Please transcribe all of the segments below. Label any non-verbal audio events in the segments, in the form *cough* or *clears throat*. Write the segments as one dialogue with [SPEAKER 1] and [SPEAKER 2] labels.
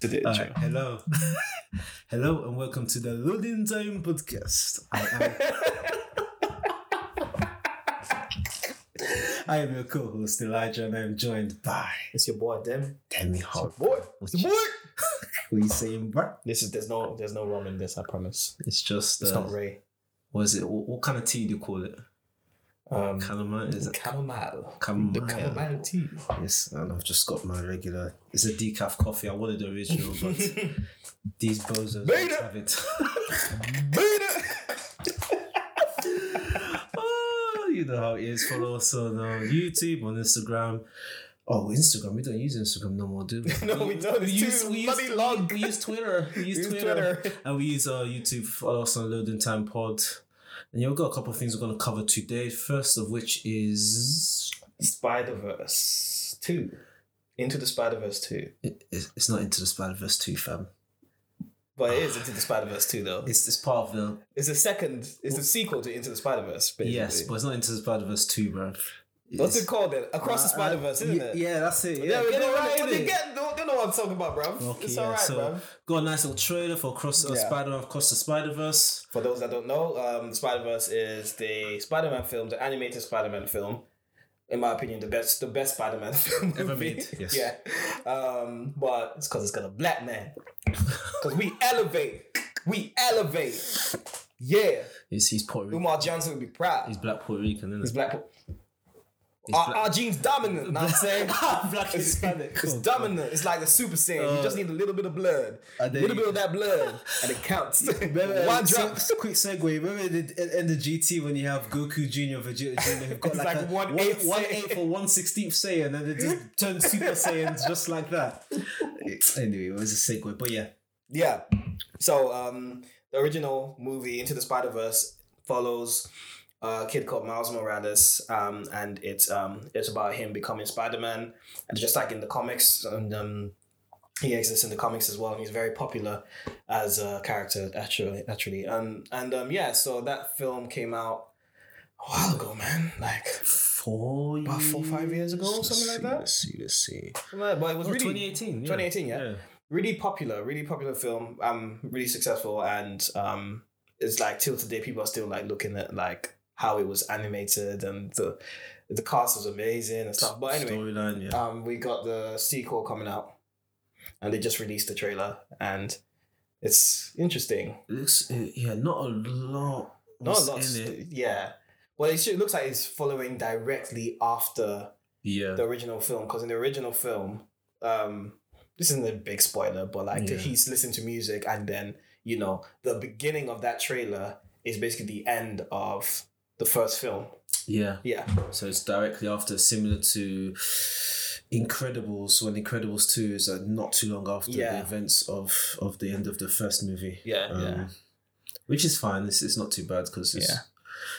[SPEAKER 1] Did it,
[SPEAKER 2] All
[SPEAKER 1] Joe?
[SPEAKER 2] right, *laughs* hello. hello and welcome to the Loading Time podcast. I am, I am your co-host Elijah and I am joined by
[SPEAKER 1] It's your boy, Dem.
[SPEAKER 2] Demi Hart.
[SPEAKER 1] Boy, it's your boy.
[SPEAKER 2] We saying bruh.
[SPEAKER 1] This is there's no there's no rum in this. I promise.
[SPEAKER 2] It's just
[SPEAKER 1] It's
[SPEAKER 2] uh,
[SPEAKER 1] not Ray.
[SPEAKER 2] what is it? What, what kind of tea do you call it?
[SPEAKER 1] Um,
[SPEAKER 2] Calamine? Is it
[SPEAKER 1] chamomile. The
[SPEAKER 2] chamomile?
[SPEAKER 1] chamomile tea.
[SPEAKER 2] Yes, and I've just got my regular. It's a decaf coffee. I wanted the original, but *laughs* these bozos
[SPEAKER 1] Made
[SPEAKER 2] don't
[SPEAKER 1] it.
[SPEAKER 2] have it. *laughs* oh, *laughs* you know how it is. Follow us on uh, YouTube, on Instagram. Oh, Instagram. We don't use Instagram no more, do
[SPEAKER 1] *laughs*
[SPEAKER 2] we?
[SPEAKER 1] No, we don't. It's too bloody long.
[SPEAKER 2] We use Twitter.
[SPEAKER 1] *laughs*
[SPEAKER 2] We use,
[SPEAKER 1] Use
[SPEAKER 2] Twitter.
[SPEAKER 1] Twitter.
[SPEAKER 2] And oh. we use our YouTube. Follow us on Loading Time Pod. And yeah, we've got a couple of things we're going to cover today. First of which is.
[SPEAKER 1] Spider Verse two, into the Spider Verse two,
[SPEAKER 2] it- It's it's not Into the Spider Verse 2, fam.
[SPEAKER 1] but it is into the Spider Verse two
[SPEAKER 2] *sighs*
[SPEAKER 1] though.
[SPEAKER 2] It's, it's part of the.
[SPEAKER 1] It's a second. It's a sequel to Into the Spider Verse.
[SPEAKER 2] Yes, but it's not Into the Spider Verse 2, bro.
[SPEAKER 1] what's
[SPEAKER 2] It's-
[SPEAKER 1] it called then? Across the
[SPEAKER 2] Uh,
[SPEAKER 1] Spider Verse,
[SPEAKER 2] uh,
[SPEAKER 1] isn't
[SPEAKER 2] yeah,
[SPEAKER 1] it?
[SPEAKER 2] Yeah, that's it.
[SPEAKER 1] Yeah,
[SPEAKER 2] Yeah,
[SPEAKER 1] we
[SPEAKER 2] get
[SPEAKER 1] get
[SPEAKER 2] it right,
[SPEAKER 1] right,
[SPEAKER 2] innit?
[SPEAKER 1] Get, don't, don't know what I'm talking about, bro.
[SPEAKER 2] Okay,
[SPEAKER 1] it's
[SPEAKER 2] yeah,
[SPEAKER 1] alright,
[SPEAKER 2] so-
[SPEAKER 1] bro.
[SPEAKER 2] Got a nice little trailer for Cross uh,
[SPEAKER 1] Yeah.
[SPEAKER 2] Spider Across the Spider Verse.
[SPEAKER 1] For those that don't know, um, Spider Verse is the Spider Man film, the animated Spider Man film. In my opinion, the best, the best Spider Man *laughs* film
[SPEAKER 2] Ever
[SPEAKER 1] movie.
[SPEAKER 2] made, yes.
[SPEAKER 1] Yeah, um, but it's because it's got a black man. Because we elevate, we elevate. Yeah,
[SPEAKER 2] He's, he's Puerto Rican.
[SPEAKER 1] Umar Johnson would be proud.
[SPEAKER 2] He's Black Puerto Rican, isn't *laughs*
[SPEAKER 1] He's
[SPEAKER 2] it?
[SPEAKER 1] black. our, our genes dominant. know what I'm
[SPEAKER 2] *laughs*
[SPEAKER 1] saying.
[SPEAKER 2] black
[SPEAKER 1] It's, it's dominant. It's like the Super Saiyan. you just need a little bit of blood, a
[SPEAKER 2] and then
[SPEAKER 1] little
[SPEAKER 2] Uh, you-
[SPEAKER 1] bit of that blood, and it counts.
[SPEAKER 2] *laughs* Remember,
[SPEAKER 1] One
[SPEAKER 2] um,
[SPEAKER 1] drop.
[SPEAKER 2] se- quick segue. Remember in the, in the GT when you have Goku Junior, Vegeta Junior, who've got
[SPEAKER 1] It's
[SPEAKER 2] like,
[SPEAKER 1] like
[SPEAKER 2] a
[SPEAKER 1] one
[SPEAKER 2] one
[SPEAKER 1] eighth
[SPEAKER 2] one
[SPEAKER 1] Saiyan.
[SPEAKER 2] eighth or one sixteenth Saiyan, and they just turn Super Saiyans just like that. Anyway, it was a segue, but yeah,
[SPEAKER 1] Yeah. So um, the original movie Into the Spider Verse follows a kid called Miles Morales, um, and it's um, it's about him becoming Spider Man, and just like in the comics, and um, he exists in the comics as well, and he's very popular as a character actually. Actually, um, and um, yeah, so that film came out a while ago, man. Like.
[SPEAKER 2] four
[SPEAKER 1] About four, five years ago,
[SPEAKER 2] Let's
[SPEAKER 1] something like
[SPEAKER 2] see,
[SPEAKER 1] that?
[SPEAKER 2] Let's see, let's see.
[SPEAKER 1] But it was
[SPEAKER 2] Oh,
[SPEAKER 1] really
[SPEAKER 2] 2018. Yeah.
[SPEAKER 1] 2018, yeah. really popular, really popular film. Um, really successful, and um, it's like till today people are still like looking at like how it was animated and the the cast was amazing and stuff. But anyway,
[SPEAKER 2] storyline, yeah.
[SPEAKER 1] um, we got the sequel coming out, and they just released the trailer, and it's interesting.
[SPEAKER 2] It looks, uh, yeah, not a lot.
[SPEAKER 1] Not a
[SPEAKER 2] was
[SPEAKER 1] lot,
[SPEAKER 2] in it.
[SPEAKER 1] yeah. Well, it, should, it looks like it's following directly after
[SPEAKER 2] Yeah,
[SPEAKER 1] the original film because in the original film, um, this isn't a big spoiler, but like
[SPEAKER 2] Yeah.
[SPEAKER 1] he's listening to music and then you know the beginning of that trailer is basically the end of the first film.
[SPEAKER 2] yeah.
[SPEAKER 1] Yeah,
[SPEAKER 2] So it's directly after, similar to Incredibles. When Incredibles two is uh, not too long after the
[SPEAKER 1] Yeah.
[SPEAKER 2] events of of the end of the first movie. Um,
[SPEAKER 1] yeah, yeah.
[SPEAKER 2] Which is fine. It's, it's not too bad because it's
[SPEAKER 1] Yeah.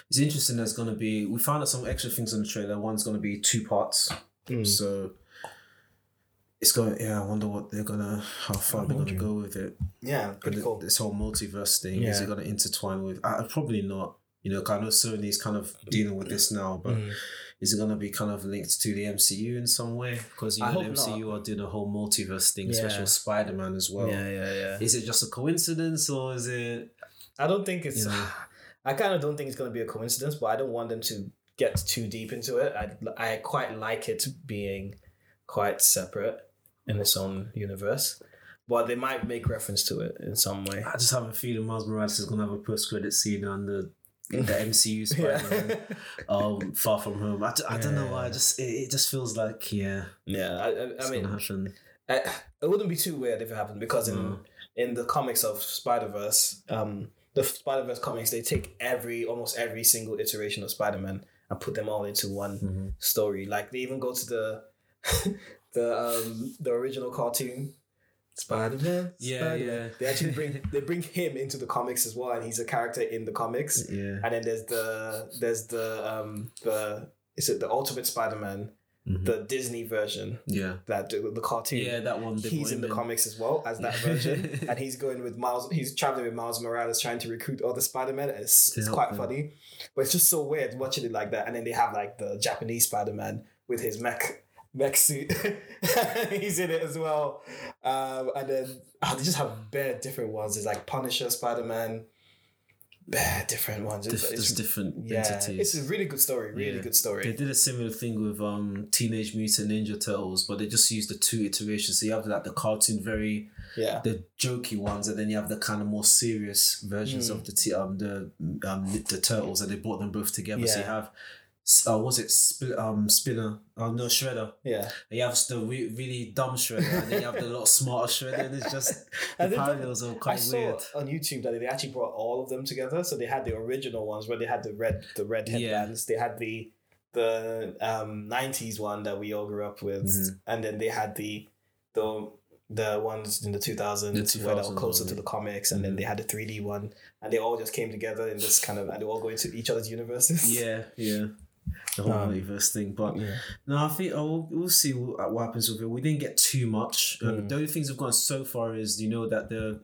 [SPEAKER 2] it's interesting. There's gonna be we found out some extra things on the trailer. One's gonna be two parts.
[SPEAKER 1] hmm.
[SPEAKER 2] So it's going. Yeah, I wonder what they're gonna how far
[SPEAKER 1] I'm
[SPEAKER 2] they're gonna
[SPEAKER 1] wondering.
[SPEAKER 2] go with it.
[SPEAKER 1] Yeah, pretty
[SPEAKER 2] th-
[SPEAKER 1] cool.
[SPEAKER 2] This whole multiverse thing is it
[SPEAKER 1] Yeah.
[SPEAKER 2] going to intertwine with? Uh, probably not. You know, I know Sony's kind of dealing with this now, but
[SPEAKER 1] Mm.
[SPEAKER 2] is it going to be kind of linked to the MCU in some way? Because you
[SPEAKER 1] I
[SPEAKER 2] know, the
[SPEAKER 1] hope
[SPEAKER 2] MCU are doing a whole multiverse thing, especially
[SPEAKER 1] Yeah.
[SPEAKER 2] with Spider Man as well.
[SPEAKER 1] yeah, yeah, yeah.
[SPEAKER 2] Is it just a coincidence or is it?
[SPEAKER 1] I don't think it's.
[SPEAKER 2] Yeah.
[SPEAKER 1] I kind of don't think it's gonna be a coincidence, but I don't want them to get too deep into it. I I quite like it being quite separate in its own universe, but they might make reference to it in some way.
[SPEAKER 2] I just have a feeling Miles Morales is going to have a post credit scene on the the
[SPEAKER 1] *laughs*
[SPEAKER 2] MCU Spider Man.
[SPEAKER 1] Yeah,
[SPEAKER 2] Um, far from home. I, d- I don't know why. I
[SPEAKER 1] Yeah.
[SPEAKER 2] just it, it just feels like yeah.
[SPEAKER 1] yeah. I, I,
[SPEAKER 2] It's
[SPEAKER 1] I mean,
[SPEAKER 2] gonna happen.
[SPEAKER 1] I, it wouldn't be too weird if it happened because in
[SPEAKER 2] Mm.
[SPEAKER 1] in the comics of Spider Verse, um, the Spider Verse comics they take every almost every single iteration of Spider Man and put them all into one
[SPEAKER 2] Mhm.
[SPEAKER 1] story. Like they even go to the *laughs* the um the original cartoon Spider Man.
[SPEAKER 2] Yeah, yeah.
[SPEAKER 1] They actually bring they bring him into the comics as well, and he's a character in *laughs* the comics.
[SPEAKER 2] *laughs* Yeah.
[SPEAKER 1] And then there's the there's the um the is it the Ultimate Spider Man,
[SPEAKER 2] Mhm.
[SPEAKER 1] the Disney version
[SPEAKER 2] yeah.
[SPEAKER 1] that the, the cartoon.
[SPEAKER 2] Yeah, that one. they
[SPEAKER 1] He's
[SPEAKER 2] brought
[SPEAKER 1] in
[SPEAKER 2] him
[SPEAKER 1] the comics as well as that
[SPEAKER 2] Yeah. *laughs*
[SPEAKER 1] version, and he's going with Miles. He's traveling with Miles Morales, trying to recruit other Spider Men. It's,
[SPEAKER 2] To
[SPEAKER 1] it's
[SPEAKER 2] help
[SPEAKER 1] quite
[SPEAKER 2] them.
[SPEAKER 1] funny, but it's just so weird watching it like that. And then they have like the Japanese Spider Man with his mech mech suit. *laughs* He's in it as well. Um, and then oh, they just have bare different ones. There's like Punisher, Spider Man, bare different ones.
[SPEAKER 2] There's,
[SPEAKER 1] It's,
[SPEAKER 2] there's
[SPEAKER 1] it's,
[SPEAKER 2] different
[SPEAKER 1] yeah,
[SPEAKER 2] entities.
[SPEAKER 1] it's a really good story. Really
[SPEAKER 2] Yeah.
[SPEAKER 1] good
[SPEAKER 2] They
[SPEAKER 1] story.
[SPEAKER 2] did a similar thing with um Teenage Mutant Ninja Turtles, but they just used the two iterations. So you have like the cartoon, very
[SPEAKER 1] Yeah.
[SPEAKER 2] the jokey ones, and then you have the kind of more serious versions
[SPEAKER 1] Hmm.
[SPEAKER 2] of the t- um the um the turtles, and they brought them both together. So you
[SPEAKER 1] Yeah.
[SPEAKER 2] have. s- Uh, was it Sp- um Spinner? Um, no Shredder.
[SPEAKER 1] Yeah.
[SPEAKER 2] And you have the re- really dumb Shredder, and then you have the lot smarter Shredder. And it's just the
[SPEAKER 1] And then-
[SPEAKER 2] parallels
[SPEAKER 1] *laughs*
[SPEAKER 2] are
[SPEAKER 1] I
[SPEAKER 2] quite
[SPEAKER 1] saw
[SPEAKER 2] weird.
[SPEAKER 1] on YouTube that they actually brought all of them together. So they had the original ones where they had the red the red
[SPEAKER 2] Yeah.
[SPEAKER 1] headbands. They had the the um nineties one that we all grew up with,
[SPEAKER 2] Mhm.
[SPEAKER 1] and then they had the the the ones in the two thousands where they were
[SPEAKER 2] 2000s
[SPEAKER 1] closer
[SPEAKER 2] one,
[SPEAKER 1] to
[SPEAKER 2] yeah.
[SPEAKER 1] the comics, and then
[SPEAKER 2] Mhm.
[SPEAKER 1] they had the three D one, and they all just came together in this kind of and they all go into each other's universes. *laughs*
[SPEAKER 2] Yeah, yeah. The whole
[SPEAKER 1] Um,
[SPEAKER 2] multiverse thing, but
[SPEAKER 1] Yeah.
[SPEAKER 2] no, I think oh, we'll, we'll see what, what happens with it. We didn't get too much. Um,
[SPEAKER 1] Mm.
[SPEAKER 2] The only things we've gone so far is you know that the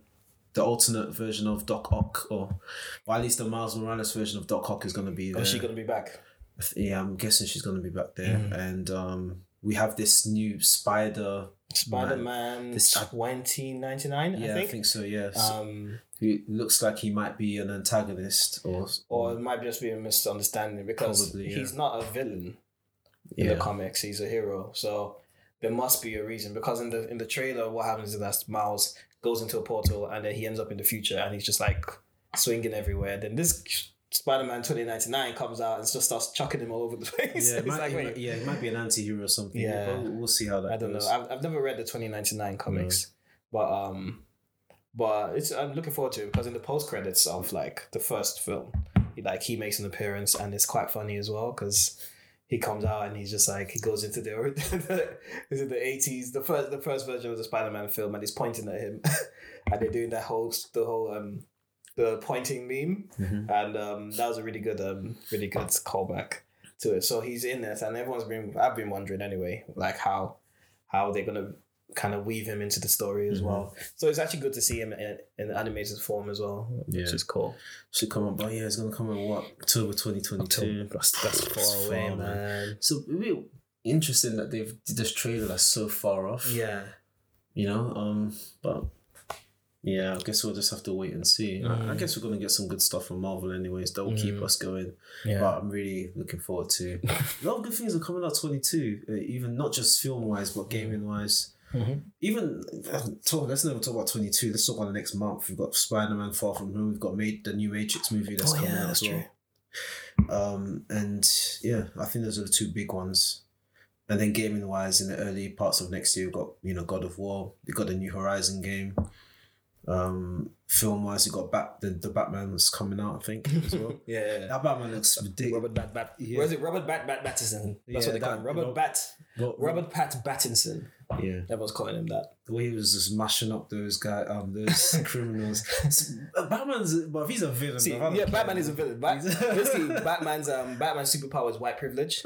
[SPEAKER 2] the alternate version of Doc Ock, or, or at least the Miles Morales version of Doc Ock, is going to be there.
[SPEAKER 1] Oh, she gonna be back.
[SPEAKER 2] I th- yeah, I'm guessing she's going to be back there,
[SPEAKER 1] Mm.
[SPEAKER 2] and um, we have this new Spider.
[SPEAKER 1] Spider Man
[SPEAKER 2] This- I-
[SPEAKER 1] twenty ninety nine,
[SPEAKER 2] Yeah,
[SPEAKER 1] I think.
[SPEAKER 2] so. Yeah, so
[SPEAKER 1] um,
[SPEAKER 2] he looks like he might be an antagonist, or
[SPEAKER 1] or it might just be a misunderstanding because
[SPEAKER 2] Probably, yeah.
[SPEAKER 1] he's not a villain. in the
[SPEAKER 2] yeah,
[SPEAKER 1] comics. He's a hero, so there must be a reason. Because in the in the trailer, what happens is that Miles goes into a portal and then he ends up in the future, and he's just like swinging everywhere. Then this Spider Man twenty ninety nine comes out and just starts chucking him all over the *laughs* place.
[SPEAKER 2] yeah,
[SPEAKER 1] it's
[SPEAKER 2] it might,
[SPEAKER 1] like,
[SPEAKER 2] it
[SPEAKER 1] wait,
[SPEAKER 2] might- yeah, it might be an anti-hero or something.
[SPEAKER 1] Yeah.
[SPEAKER 2] but we'll, we'll see how that.
[SPEAKER 1] I don't know.
[SPEAKER 2] goes.
[SPEAKER 1] I've, I've never read the twenty ninety nine comics, but um, but it's I'm looking forward to it because in the post credits of like the first film, he, like he makes an appearance and it's quite funny as well because he comes out and he's just like he goes into the *laughs* is it the eighties the first the first version of the Spider Man film and he's pointing at him *laughs* and they're doing that whole the whole um the pointing meme
[SPEAKER 2] Mhm.
[SPEAKER 1] and um, that was a really good, um, really good callback to it. So he's in this, and everyone's been, I've been wondering anyway, like how, how they're gonna kind of weave him into the story as well. So it's actually good to see him in, in animated form as well, which
[SPEAKER 2] Yeah.
[SPEAKER 1] is cool.
[SPEAKER 2] Should come out, but yeah, it's gonna come out what October twenty twenty two.
[SPEAKER 1] That's, that's far
[SPEAKER 2] It's
[SPEAKER 1] away,
[SPEAKER 2] far,
[SPEAKER 1] man.
[SPEAKER 2] man. So real interesting that they've did this trailer that's so far off.
[SPEAKER 1] Yeah,
[SPEAKER 2] You know, um, but yeah, I guess we'll just have to wait and see. I, I
[SPEAKER 1] Mm.
[SPEAKER 2] guess we're gonna get some good stuff from Marvel, anyways. That will keep
[SPEAKER 1] Mm.
[SPEAKER 2] us going.
[SPEAKER 1] yeah,
[SPEAKER 2] But I'm really looking forward to a lot of good things are coming out twenty two. Uh, even not just film wise,
[SPEAKER 1] Mm-hmm.
[SPEAKER 2] but gaming wise.
[SPEAKER 1] Mhm.
[SPEAKER 2] Even uh, talk. Let's not even talk about twenty two. Let's talk about the next month. We've got Spider Man Far From Home. We've got made the new Matrix movie that's
[SPEAKER 1] Oh,
[SPEAKER 2] coming
[SPEAKER 1] yeah,
[SPEAKER 2] out
[SPEAKER 1] that's
[SPEAKER 2] as well.
[SPEAKER 1] true.
[SPEAKER 2] Um, and yeah, I think those are the two big ones. And then gaming wise, in the early parts of next year, we've got you know God of War, we got the New Horizon game. Um, film wise, you got Bat the, the Batman was coming out, I think as well.
[SPEAKER 1] *laughs* yeah. yeah.
[SPEAKER 2] that Batman looks ridiculous.
[SPEAKER 1] Robert Bat Bat.
[SPEAKER 2] Yeah.
[SPEAKER 1] Where's it? Robert Bat Bat Battison. That's what
[SPEAKER 2] Yeah,
[SPEAKER 1] they call
[SPEAKER 2] that-
[SPEAKER 1] him. Robert
[SPEAKER 2] Rob-
[SPEAKER 1] Bat.
[SPEAKER 2] But-
[SPEAKER 1] Robert Pat Battinson.
[SPEAKER 2] yeah,
[SPEAKER 1] Everyone's calling him that.
[SPEAKER 2] the way he was just mashing up those guy, um, those
[SPEAKER 1] *laughs*
[SPEAKER 2] criminals. It's- Batman's, but he's a villain.
[SPEAKER 1] See,
[SPEAKER 2] bruv, I don't
[SPEAKER 1] yeah,
[SPEAKER 2] care.
[SPEAKER 1] Batman is a villain. Bat-
[SPEAKER 2] He's-
[SPEAKER 1] basically,
[SPEAKER 2] *laughs*
[SPEAKER 1] Batman's um, Batman's superpower is white privilege.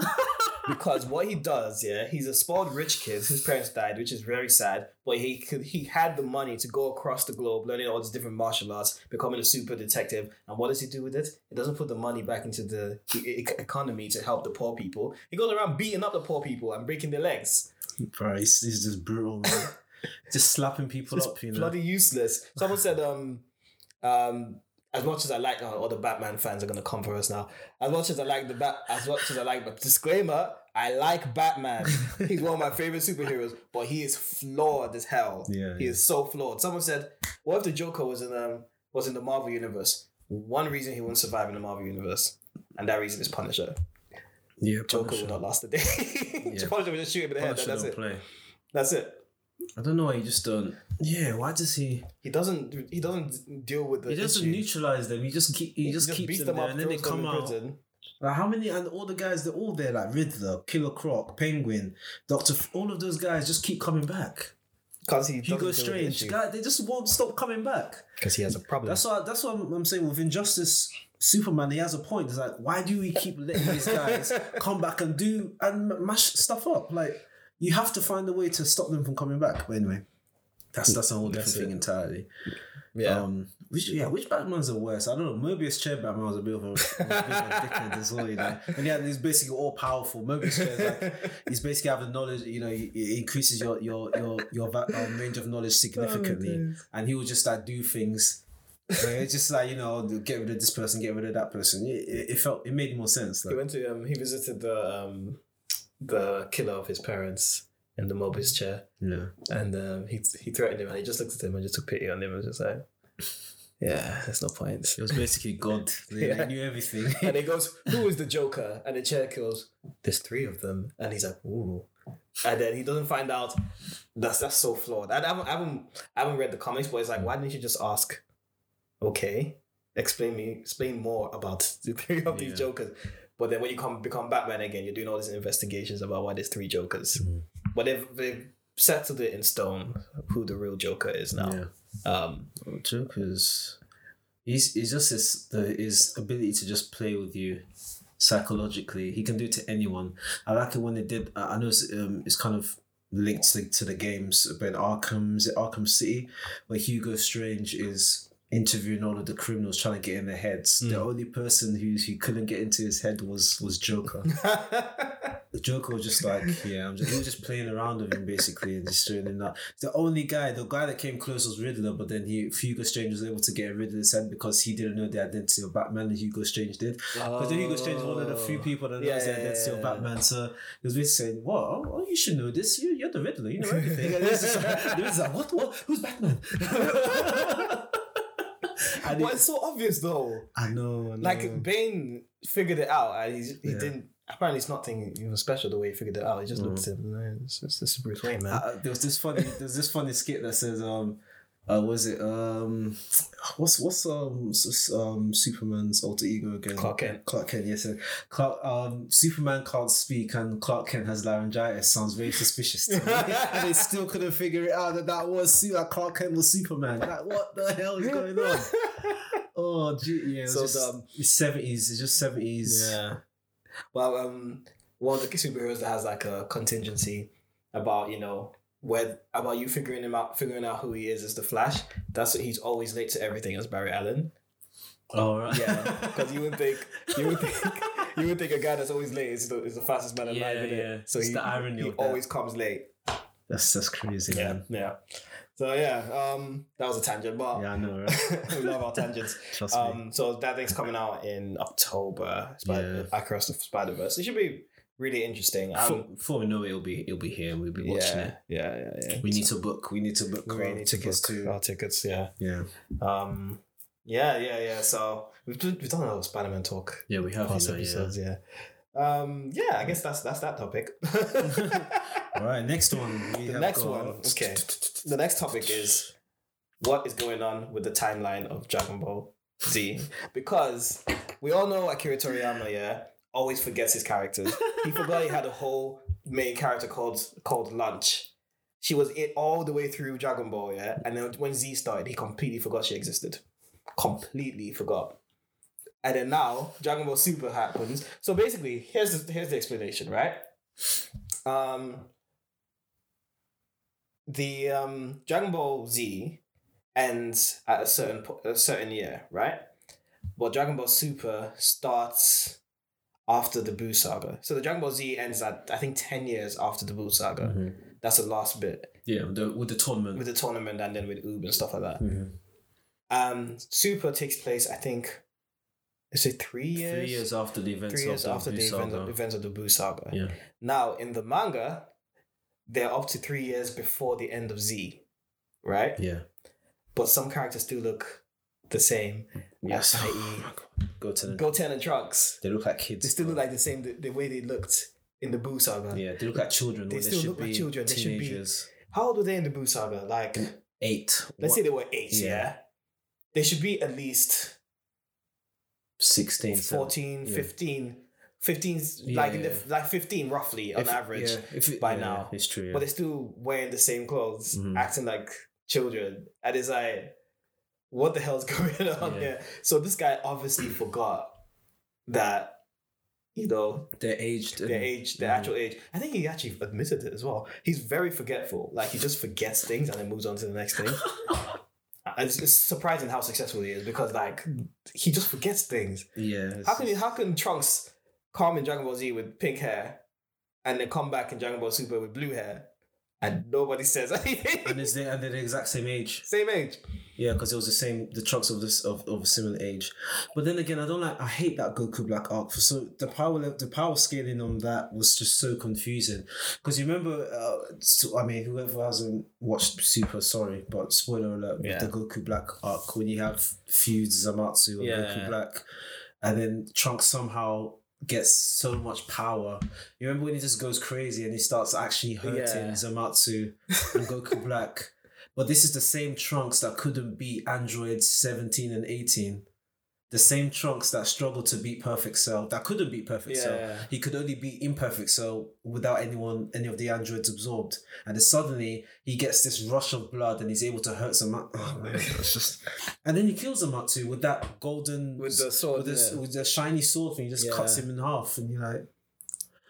[SPEAKER 1] because what he does, yeah, he's a spoiled rich kid whose parents died, which is very sad. But he could, he had the money to go across the globe, learning all these different martial arts, becoming a super detective. And what does he do with it? He doesn't put the money back into the e- e- economy to help the poor people. He goes around beating up the poor people and breaking their legs.
[SPEAKER 2] Bro, he's, he's just brutal, man. just slapping people
[SPEAKER 1] It's
[SPEAKER 2] up, you know.
[SPEAKER 1] bloody useless. Someone said, um, um, as much as I like, oh, all the Batman fans are gonna come for us now. As much as I like the bat, as much as I like, but disclaimer, I like
[SPEAKER 2] *laughs*
[SPEAKER 1] Batman. He's one of my favorite superheroes, but he is flawed as hell.
[SPEAKER 2] Yeah,
[SPEAKER 1] he is so flawed. Someone said, what if the Joker was in um was in the Marvel universe? One reason he wouldn't survive in the Marvel universe, and that reason is Punisher.
[SPEAKER 2] yeah,
[SPEAKER 1] Joker
[SPEAKER 2] Punisher.
[SPEAKER 1] would not last a day.
[SPEAKER 2] Yeah.
[SPEAKER 1] *laughs* Punisher would just shoot him in the head. and
[SPEAKER 2] Punisher
[SPEAKER 1] That's
[SPEAKER 2] don't
[SPEAKER 1] it.
[SPEAKER 2] play.
[SPEAKER 1] That's it.
[SPEAKER 2] I don't know why he just don't. Yeah, why does he?
[SPEAKER 1] He doesn't. He doesn't deal with the.
[SPEAKER 2] He doesn't
[SPEAKER 1] issue.
[SPEAKER 2] neutralize them. He just keep. He just, keeps
[SPEAKER 1] beats
[SPEAKER 2] them, there,
[SPEAKER 1] up,
[SPEAKER 2] and then they
[SPEAKER 1] throws them
[SPEAKER 2] come
[SPEAKER 1] in
[SPEAKER 2] out.
[SPEAKER 1] prison.
[SPEAKER 2] Like how many? And all the guys, they're all there. Like Riddler, Killer Croc, Penguin, Doctor. F- all of those guys just keep coming back.
[SPEAKER 1] Because he
[SPEAKER 2] Hugo Strange, guy, they just won't stop coming back.
[SPEAKER 1] Because he has a problem.
[SPEAKER 2] That's why. That's why I'm, I'm saying with Injustice, Superman, he has a point. It's like, why do we keep letting these guys come back and do and m- mash stuff up? Like, you have to find a way to stop them from coming back. But anyway, that's that's a whole different
[SPEAKER 1] That's
[SPEAKER 2] thing entirely.
[SPEAKER 1] yeah.
[SPEAKER 2] Um, Which yeah, which Batman's the worst? I don't know. Mobius chair Batman was a bit of a, was a, bit of a dickhead as well, you know. And yeah, he's basically all powerful. Mobius chair,
[SPEAKER 1] *laughs*
[SPEAKER 2] like he's basically having knowledge. You know, it increases your your your your va- um, range of knowledge
[SPEAKER 1] Oh,
[SPEAKER 2] significantly, and he will just like do things. where it's just like you know, get rid of this person, get rid of that person. It, it, it felt it made more sense.
[SPEAKER 1] He
[SPEAKER 2] Like,
[SPEAKER 1] went to um, he visited the um, the killer of his parents in the Mobius chair.
[SPEAKER 2] yeah,
[SPEAKER 1] And um, he he threatened him, and he just looked at him and just took pity on him, and was just like, *laughs* "Yeah, there's no point."
[SPEAKER 2] it was basically God.
[SPEAKER 1] *laughs*
[SPEAKER 2] They,
[SPEAKER 1] Yeah.
[SPEAKER 2] they knew everything. *laughs*
[SPEAKER 1] And he goes, "Who is the Joker?" And the chair goes, "There's three of them," and he's like, "Ooh." And then he doesn't find out. That's that's so flawed. I haven't I haven't I haven't read the comics, but it's like, why didn't you just ask? Okay, explain me, explain more about *laughs* the three of these
[SPEAKER 2] Yeah.
[SPEAKER 1] Jokers. But then when you come become Batman again, you're doing all these investigations about why there's three Jokers.
[SPEAKER 2] Mhm.
[SPEAKER 1] But they've they've settled it in stone who the real Joker is now.
[SPEAKER 2] Yeah.
[SPEAKER 1] Um, *laughs*
[SPEAKER 2] Well, Joker's he's he's just his the, his ability to just play with you psychologically. He can do it to anyone. I like it when they did. I I know it's, um, it's kind of linked to, to the games, but in Arkham is it Arkham City, where Hugo Strange is interviewing all of the criminals trying to get in their heads. The
[SPEAKER 1] Mm.
[SPEAKER 2] only person who who couldn't get into his head was was Joker. The Joker was just
[SPEAKER 1] *laughs*
[SPEAKER 2] like, yeah, I'm just, he was just playing around with him basically and just doing him that. The only guy, the guy that came close was Riddler, but then he Hugo Strange was able to get rid of his head because he didn't know the identity of Batman and Hugo Strange did. Because then Hugo Strange is one of the few people that knows
[SPEAKER 1] Oh. Yeah,
[SPEAKER 2] the
[SPEAKER 1] yeah,
[SPEAKER 2] identity
[SPEAKER 1] yeah,
[SPEAKER 2] of
[SPEAKER 1] yeah.
[SPEAKER 2] Batman. So he was basically saying, Well, oh, you should know this. You, you're the Riddler, you know everything. And he's just like, he's like, what, what? Who's Batman? *laughs* and he-
[SPEAKER 1] Well, it's so obvious though.
[SPEAKER 2] I know, I know.
[SPEAKER 1] Like Bane figured it out, and he's, he
[SPEAKER 2] Yeah.
[SPEAKER 1] didn't. Apparently, it's not thing he was special the way he figured it out. He just
[SPEAKER 2] Mm.
[SPEAKER 1] looked at him. "Man, It's, it's, it's Bruce Wayne, man.
[SPEAKER 2] Uh, there was this funny there's this funny skit that says um uh, was it um *sighs* what's what's um s- s- um Superman's alter ego again?
[SPEAKER 1] Clark Kent.
[SPEAKER 2] Clark Kent, yes. sir. Clark um Superman can't speak and Clark Kent has laryngitis. Sounds very
[SPEAKER 1] *laughs*
[SPEAKER 2] suspicious to me. and they still couldn't figure it out that that was Su- that Clark Kent was Superman. Like what the hell is
[SPEAKER 1] *laughs*
[SPEAKER 2] going on? Oh, gee, yeah. It
[SPEAKER 1] So
[SPEAKER 2] was just,
[SPEAKER 1] dumb.
[SPEAKER 2] It's seventies. It's just seventies.
[SPEAKER 1] yeah. Well, um, one of the superheroes that has like a contingency about you know where about you figuring him out, figuring out who he is is the Flash. That's what he's always late to everything as Barry Allen.
[SPEAKER 2] All right.
[SPEAKER 1] Yeah, because you would think you would think
[SPEAKER 2] *laughs*
[SPEAKER 1] you would think a guy that's always late is the, is the fastest man alive.
[SPEAKER 2] Yeah,
[SPEAKER 1] innit?
[SPEAKER 2] yeah.
[SPEAKER 1] So
[SPEAKER 2] It's
[SPEAKER 1] he,
[SPEAKER 2] the irony
[SPEAKER 1] he
[SPEAKER 2] of that.
[SPEAKER 1] always comes late.
[SPEAKER 2] That's that's crazy. Yeah. Man.
[SPEAKER 1] yeah. So yeah, um, that was a tangent, but
[SPEAKER 2] Yeah, I know, right?
[SPEAKER 1] *laughs* we love our tangents.
[SPEAKER 2] Trust me.
[SPEAKER 1] Um, so that thing's coming out in October. Spider- Across the Spider Verse, it should be really interesting.
[SPEAKER 2] before,
[SPEAKER 1] Um,
[SPEAKER 2] before we know it, it'll be it'll be here and we'll be watching
[SPEAKER 1] yeah,
[SPEAKER 2] it.
[SPEAKER 1] yeah, yeah, yeah.
[SPEAKER 2] We need to book. We need to book
[SPEAKER 1] We
[SPEAKER 2] our
[SPEAKER 1] need to
[SPEAKER 2] tickets
[SPEAKER 1] book
[SPEAKER 2] too.
[SPEAKER 1] Our tickets, yeah.
[SPEAKER 2] Yeah,
[SPEAKER 1] Um, yeah, yeah, yeah. So we've done- we've done a lot of Spider Man talk
[SPEAKER 2] yeah, we have.
[SPEAKER 1] past
[SPEAKER 2] You know, yeah.
[SPEAKER 1] episodes, yeah. Um, yeah, I guess that's that's that
[SPEAKER 2] *laughs*
[SPEAKER 1] topic. *laughs*
[SPEAKER 2] All right, next one. We
[SPEAKER 1] the
[SPEAKER 2] have
[SPEAKER 1] next
[SPEAKER 2] got- *laughs*
[SPEAKER 1] one, okay. The next topic is what is going on with the timeline of Dragon Ball Z? Because we all know Akira Toriyama, yeah, always forgets his characters. He forgot he had a whole main character called called Lunch. She was it all the way through Dragon Ball, yeah, and then when Z started, he completely forgot she existed. Completely forgot. And then now Dragon Ball Super happens. So basically, here's the, here's the explanation, right? Um, the um, Dragon Ball Z ends at a certain po- a certain year, right? But Dragon Ball Super starts after the Buu saga. So the Dragon Ball Z ends at I think ten years after the Buu saga.
[SPEAKER 2] Mhm.
[SPEAKER 1] That's the last bit
[SPEAKER 2] Yeah, with the, with the tournament.
[SPEAKER 1] with the tournament and then with Oob and stuff like that.
[SPEAKER 2] Mhm.
[SPEAKER 1] Um, Super takes place I think, is it three years?
[SPEAKER 2] Three years after the events.
[SPEAKER 1] Three years
[SPEAKER 2] of
[SPEAKER 1] after the
[SPEAKER 2] Blue
[SPEAKER 1] event-
[SPEAKER 2] Saga.
[SPEAKER 1] events of the Buu saga.
[SPEAKER 2] Yeah.
[SPEAKER 1] Now in the manga, they're up to three years before the end of Z, right?
[SPEAKER 2] Yeah.
[SPEAKER 1] but some characters do look the same.
[SPEAKER 2] Yes.
[SPEAKER 1] i.e.
[SPEAKER 2] oh Go to the.
[SPEAKER 1] Goten and Trunks,
[SPEAKER 2] They look like kids.
[SPEAKER 1] they still look like the same the, the way they looked in the Boo Saga.
[SPEAKER 2] Yeah, they look like children.
[SPEAKER 1] They
[SPEAKER 2] when
[SPEAKER 1] still
[SPEAKER 2] should
[SPEAKER 1] look like
[SPEAKER 2] be
[SPEAKER 1] children, they should be-
[SPEAKER 2] Teenagers.
[SPEAKER 1] How old were they in the Boo Saga? Like,
[SPEAKER 2] Eight.
[SPEAKER 1] let's say
[SPEAKER 2] what-
[SPEAKER 1] they were eight. Yeah.
[SPEAKER 2] Yeah.
[SPEAKER 1] They should be at least
[SPEAKER 2] sixteen.
[SPEAKER 1] 14,
[SPEAKER 2] yeah.
[SPEAKER 1] 15, 15,
[SPEAKER 2] Yeah,
[SPEAKER 1] like, in the,
[SPEAKER 2] yeah.
[SPEAKER 1] like 15 roughly on average. by now.
[SPEAKER 2] it's true.
[SPEAKER 1] But they're still wearing the same clothes,
[SPEAKER 2] Mhm.
[SPEAKER 1] acting like children. And it's like, what the hell's *laughs* going on
[SPEAKER 2] Yeah.
[SPEAKER 1] here? So this guy obviously forgot that, you know,
[SPEAKER 2] They're aged.
[SPEAKER 1] their
[SPEAKER 2] and-
[SPEAKER 1] age, their
[SPEAKER 2] Mhm.
[SPEAKER 1] actual age. I think he actually admitted it as well. He's very forgetful. Like he just forgets things and then moves on to the next thing. I, It's, it's surprising how successful he is because like he just forgets things.
[SPEAKER 2] Yeah. it's-
[SPEAKER 1] How can how can Trunks come in Dragon Ball Z with pink hair, and then come back in Dragon Ball Super with blue hair, and nobody says *laughs*
[SPEAKER 2] and it's the, and they're the exact same age.
[SPEAKER 1] same age?
[SPEAKER 2] Yeah, because it was the same. The trucks of this of, of a similar age, but then again, I don't like. I hate that Goku Black arc. For so the power lev- the power scaling on that was just so confusing. Because you remember, uh, so, I mean, whoever hasn't watched Super, sorry, but spoiler alert, with
[SPEAKER 1] Yeah.
[SPEAKER 2] the Goku Black arc when you have feuds Zamatsu and
[SPEAKER 1] Yeah.
[SPEAKER 2] Goku Black, and then Trunks somehow gets so much power. You remember when he just goes crazy and he starts actually hurting
[SPEAKER 1] Yeah.
[SPEAKER 2] Zamatsu and
[SPEAKER 1] *laughs*
[SPEAKER 2] Goku Black. But this is the same Trunks that couldn't beat Android 17 and 18. The same Trunks that struggled to beat Perfect Cell, that couldn't beat Perfect Cell.
[SPEAKER 1] Yeah,
[SPEAKER 2] He could only beat Imperfect Cell without anyone, any of the androids absorbed. And then suddenly he gets this rush of blood and he's able to hurt Zamatsu. Oh,
[SPEAKER 1] *laughs*
[SPEAKER 2] man, that's just... And then he kills Zamatsu with that golden
[SPEAKER 1] with the sword.
[SPEAKER 2] with this
[SPEAKER 1] yeah.
[SPEAKER 2] with the shiny sword thing, he just cuts
[SPEAKER 1] Yeah.
[SPEAKER 2] him in half, and you're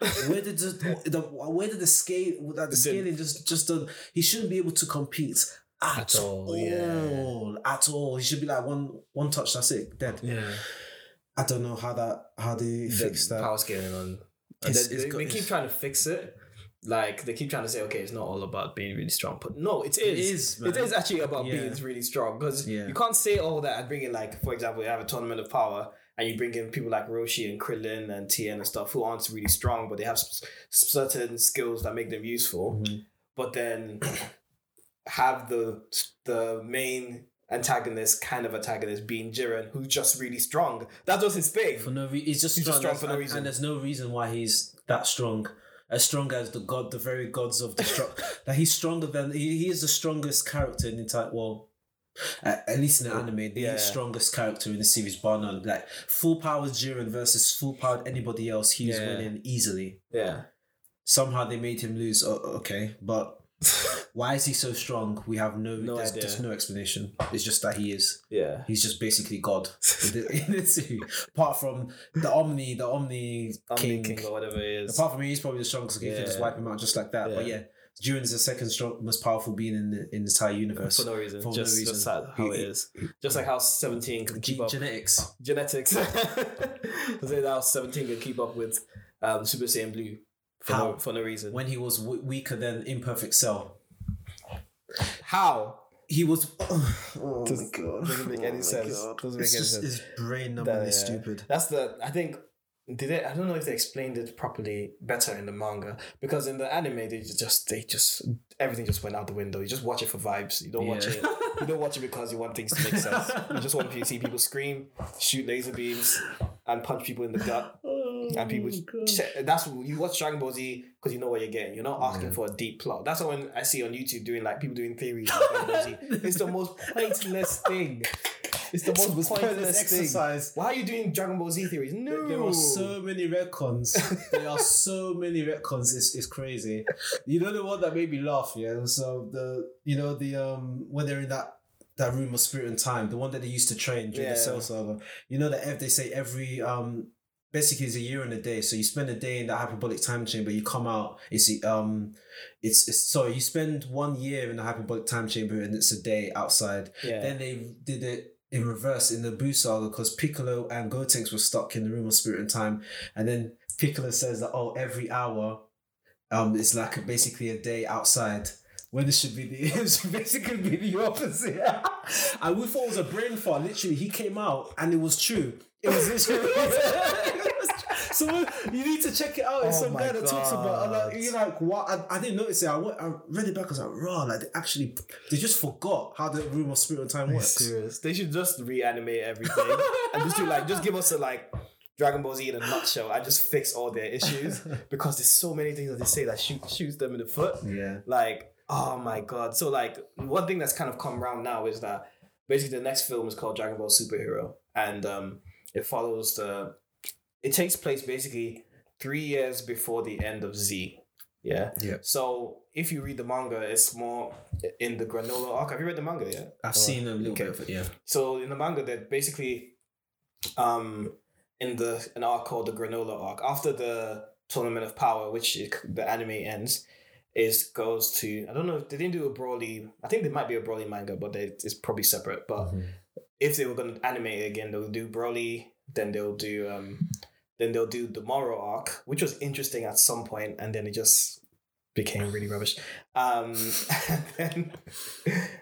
[SPEAKER 1] *laughs*
[SPEAKER 2] like, where did the, the where did the scale that
[SPEAKER 1] Didn't-
[SPEAKER 2] the scaling just just done? He shouldn't be able to compete at,
[SPEAKER 1] At all,
[SPEAKER 2] all, at all. He should be like one one touch, that's it, dead.
[SPEAKER 1] yeah.
[SPEAKER 2] I don't know how that how they fix that.
[SPEAKER 1] power scaling on. And
[SPEAKER 2] It's-
[SPEAKER 1] they,
[SPEAKER 2] it's
[SPEAKER 1] they-
[SPEAKER 2] got-
[SPEAKER 1] they keep
[SPEAKER 2] it's-
[SPEAKER 1] trying to fix it. Like they keep trying to say, okay, it's not all about being really strong, but no, it is.
[SPEAKER 2] is,
[SPEAKER 1] It is actually about
[SPEAKER 2] Yeah.
[SPEAKER 1] being really strong because
[SPEAKER 2] Yeah.
[SPEAKER 1] you can't say all that and bring in like, for example, you have a tournament of power and you bring in people like Roshi and Krillin and Tien and stuff who aren't really strong, but they have s- certain skills that make them useful
[SPEAKER 2] Mhm.
[SPEAKER 1] but then *clears throat* have the the main antagonist kind of antagonist being Jiren, who's just really strong. That was his thing.
[SPEAKER 2] For no reason, he's just
[SPEAKER 1] He's
[SPEAKER 2] strong,
[SPEAKER 1] just strong
[SPEAKER 2] that's-
[SPEAKER 1] for no
[SPEAKER 2] and,
[SPEAKER 1] reason.
[SPEAKER 2] and there's no reason why he's that strong. As strong as the god, the very gods of destruction. *laughs* like he's stronger than he, he is the strongest character in the entire. Well, at, at least in the anime, the
[SPEAKER 1] Yeah.
[SPEAKER 2] strongest character in the series, bar none. Like full powered Jiren versus full powered anybody else, he's
[SPEAKER 1] Yeah.
[SPEAKER 2] winning easily.
[SPEAKER 1] *laughs* Yeah.
[SPEAKER 2] Somehow they made him lose. O- okay, but why is he so strong? We have no,
[SPEAKER 1] No
[SPEAKER 2] there's,
[SPEAKER 1] idea.
[SPEAKER 2] there's no explanation. It's just that he is.
[SPEAKER 1] Yeah.
[SPEAKER 2] He's just basically God *laughs* in the- in the series. Apart from the Omni, the Omni,
[SPEAKER 1] King.
[SPEAKER 2] King.
[SPEAKER 1] King or whatever it is.
[SPEAKER 2] Apart from him, he's probably the strongest. He can just
[SPEAKER 1] Yeah.
[SPEAKER 2] wipe him out just like that. But
[SPEAKER 1] Yeah.
[SPEAKER 2] yeah, Jiren is the second strong, most powerful being in the in the entire universe.
[SPEAKER 1] for no reason.
[SPEAKER 2] For no
[SPEAKER 1] just,
[SPEAKER 2] reason.
[SPEAKER 1] just how how it is. Just like how 17 can keep
[SPEAKER 2] Ge-
[SPEAKER 1] up
[SPEAKER 2] genetics.
[SPEAKER 1] genetics. *laughs* Just like how 17 can keep up with um, Super Saiyan Blue for,
[SPEAKER 2] How?
[SPEAKER 1] No, for no reason.
[SPEAKER 2] When he was w- weaker than Imperfect Cell,
[SPEAKER 1] how?
[SPEAKER 2] he was. *sighs* Oh
[SPEAKER 1] Doesn't-
[SPEAKER 2] my god!
[SPEAKER 1] doesn't make
[SPEAKER 2] Oh
[SPEAKER 1] any
[SPEAKER 2] my
[SPEAKER 1] sense.
[SPEAKER 2] God.
[SPEAKER 1] Doesn't
[SPEAKER 2] It's
[SPEAKER 1] make any
[SPEAKER 2] just-
[SPEAKER 1] sense.
[SPEAKER 2] It's brain numbingly
[SPEAKER 1] yeah.
[SPEAKER 2] stupid.
[SPEAKER 1] uh, That's the I think did it I don't know if they explained it properly better in the manga because in the anime they just they just everything just went out the window. You just watch it for vibes. You don't watch
[SPEAKER 2] Yeah.
[SPEAKER 1] it. *laughs* You don't watch it because you want things to make sense. You just want to see people scream, shoot laser beams, and punch people in the gut. And
[SPEAKER 2] Oh
[SPEAKER 1] people, ch- that's you watch Dragon Ball Z because you know what you're getting. You're not asking for a deep plot. That's why when I see on YouTube doing like people doing
[SPEAKER 2] *laughs*
[SPEAKER 1] theories, on Dragon Ball Z, it's the most pointless thing. It's the most
[SPEAKER 2] Pointless
[SPEAKER 1] pointless thing.
[SPEAKER 2] exercise.
[SPEAKER 1] Why are you doing Dragon Ball Z theories? No.
[SPEAKER 2] There are so many retcons. there
[SPEAKER 1] *laughs*
[SPEAKER 2] are so many retcons. It's, it's crazy. You know the one that made me laugh. Yeah. So the you know the um when they're in that that room of spirit and time, the one that they used to train during the
[SPEAKER 1] Yeah.
[SPEAKER 2] Cell Saga. You know that ev- they say every um basically it's a year and a day. So you spend a day in that hyperbolic time chamber. You come out. It's the, um it's, it's sorry. You spend one year in the hyperbolic time chamber and it's a day outside.
[SPEAKER 1] yeah.
[SPEAKER 2] Then they did it in reverse in the Buu saga because Piccolo and Gotenks were stuck in the room of spirit and time, and then Piccolo says that oh every hour, um, it's like basically a day outside. When it should be the *laughs* it should basically be the opposite. *laughs* I we thought it was a brain fart. Literally, he came out and it was true. It was literally. *laughs* it was true. So you need to check it out. It's
[SPEAKER 1] Oh
[SPEAKER 2] some
[SPEAKER 1] my
[SPEAKER 2] guy that talks about. i
[SPEAKER 1] God.
[SPEAKER 2] like, you're like, what? I, I didn't notice it. I, went, I read it back. I was like, raw. Like they actually, they just forgot how the room of spirit and time
[SPEAKER 1] Are you
[SPEAKER 2] works.
[SPEAKER 1] serious. They should just reanimate everything and just do like just give us a like Dragon Ball Z in a nutshell and just fix all their *laughs* issues because there's so many things that they say that shoot shoots them in the foot.
[SPEAKER 2] Yeah.
[SPEAKER 1] Like oh my god. So like one thing that's kind of come around now is that basically the next film is called Dragon Ball Superhero and um it follows the it takes place basically three years before the end of Z. Yeah.
[SPEAKER 2] Yeah.
[SPEAKER 1] So if you read the manga, it's more in the granola arc. Have you read the manga yet?
[SPEAKER 2] I've seen a little
[SPEAKER 1] Okay.
[SPEAKER 2] bit of it. Yeah.
[SPEAKER 1] So in the manga, that basically, um, in the an arc called the Granola arc, after the Tournament of Power, which it- the anime ends, is goes to I don't know if they didn't do a Broly. I think there might be a Broly manga, but they, it's probably separate. But if they were going to animate it again, they'll do Broly, then they'll do um, then they'll do the Moro arc, which was interesting at some point, and then it just became really rubbish. Um, *laughs* and then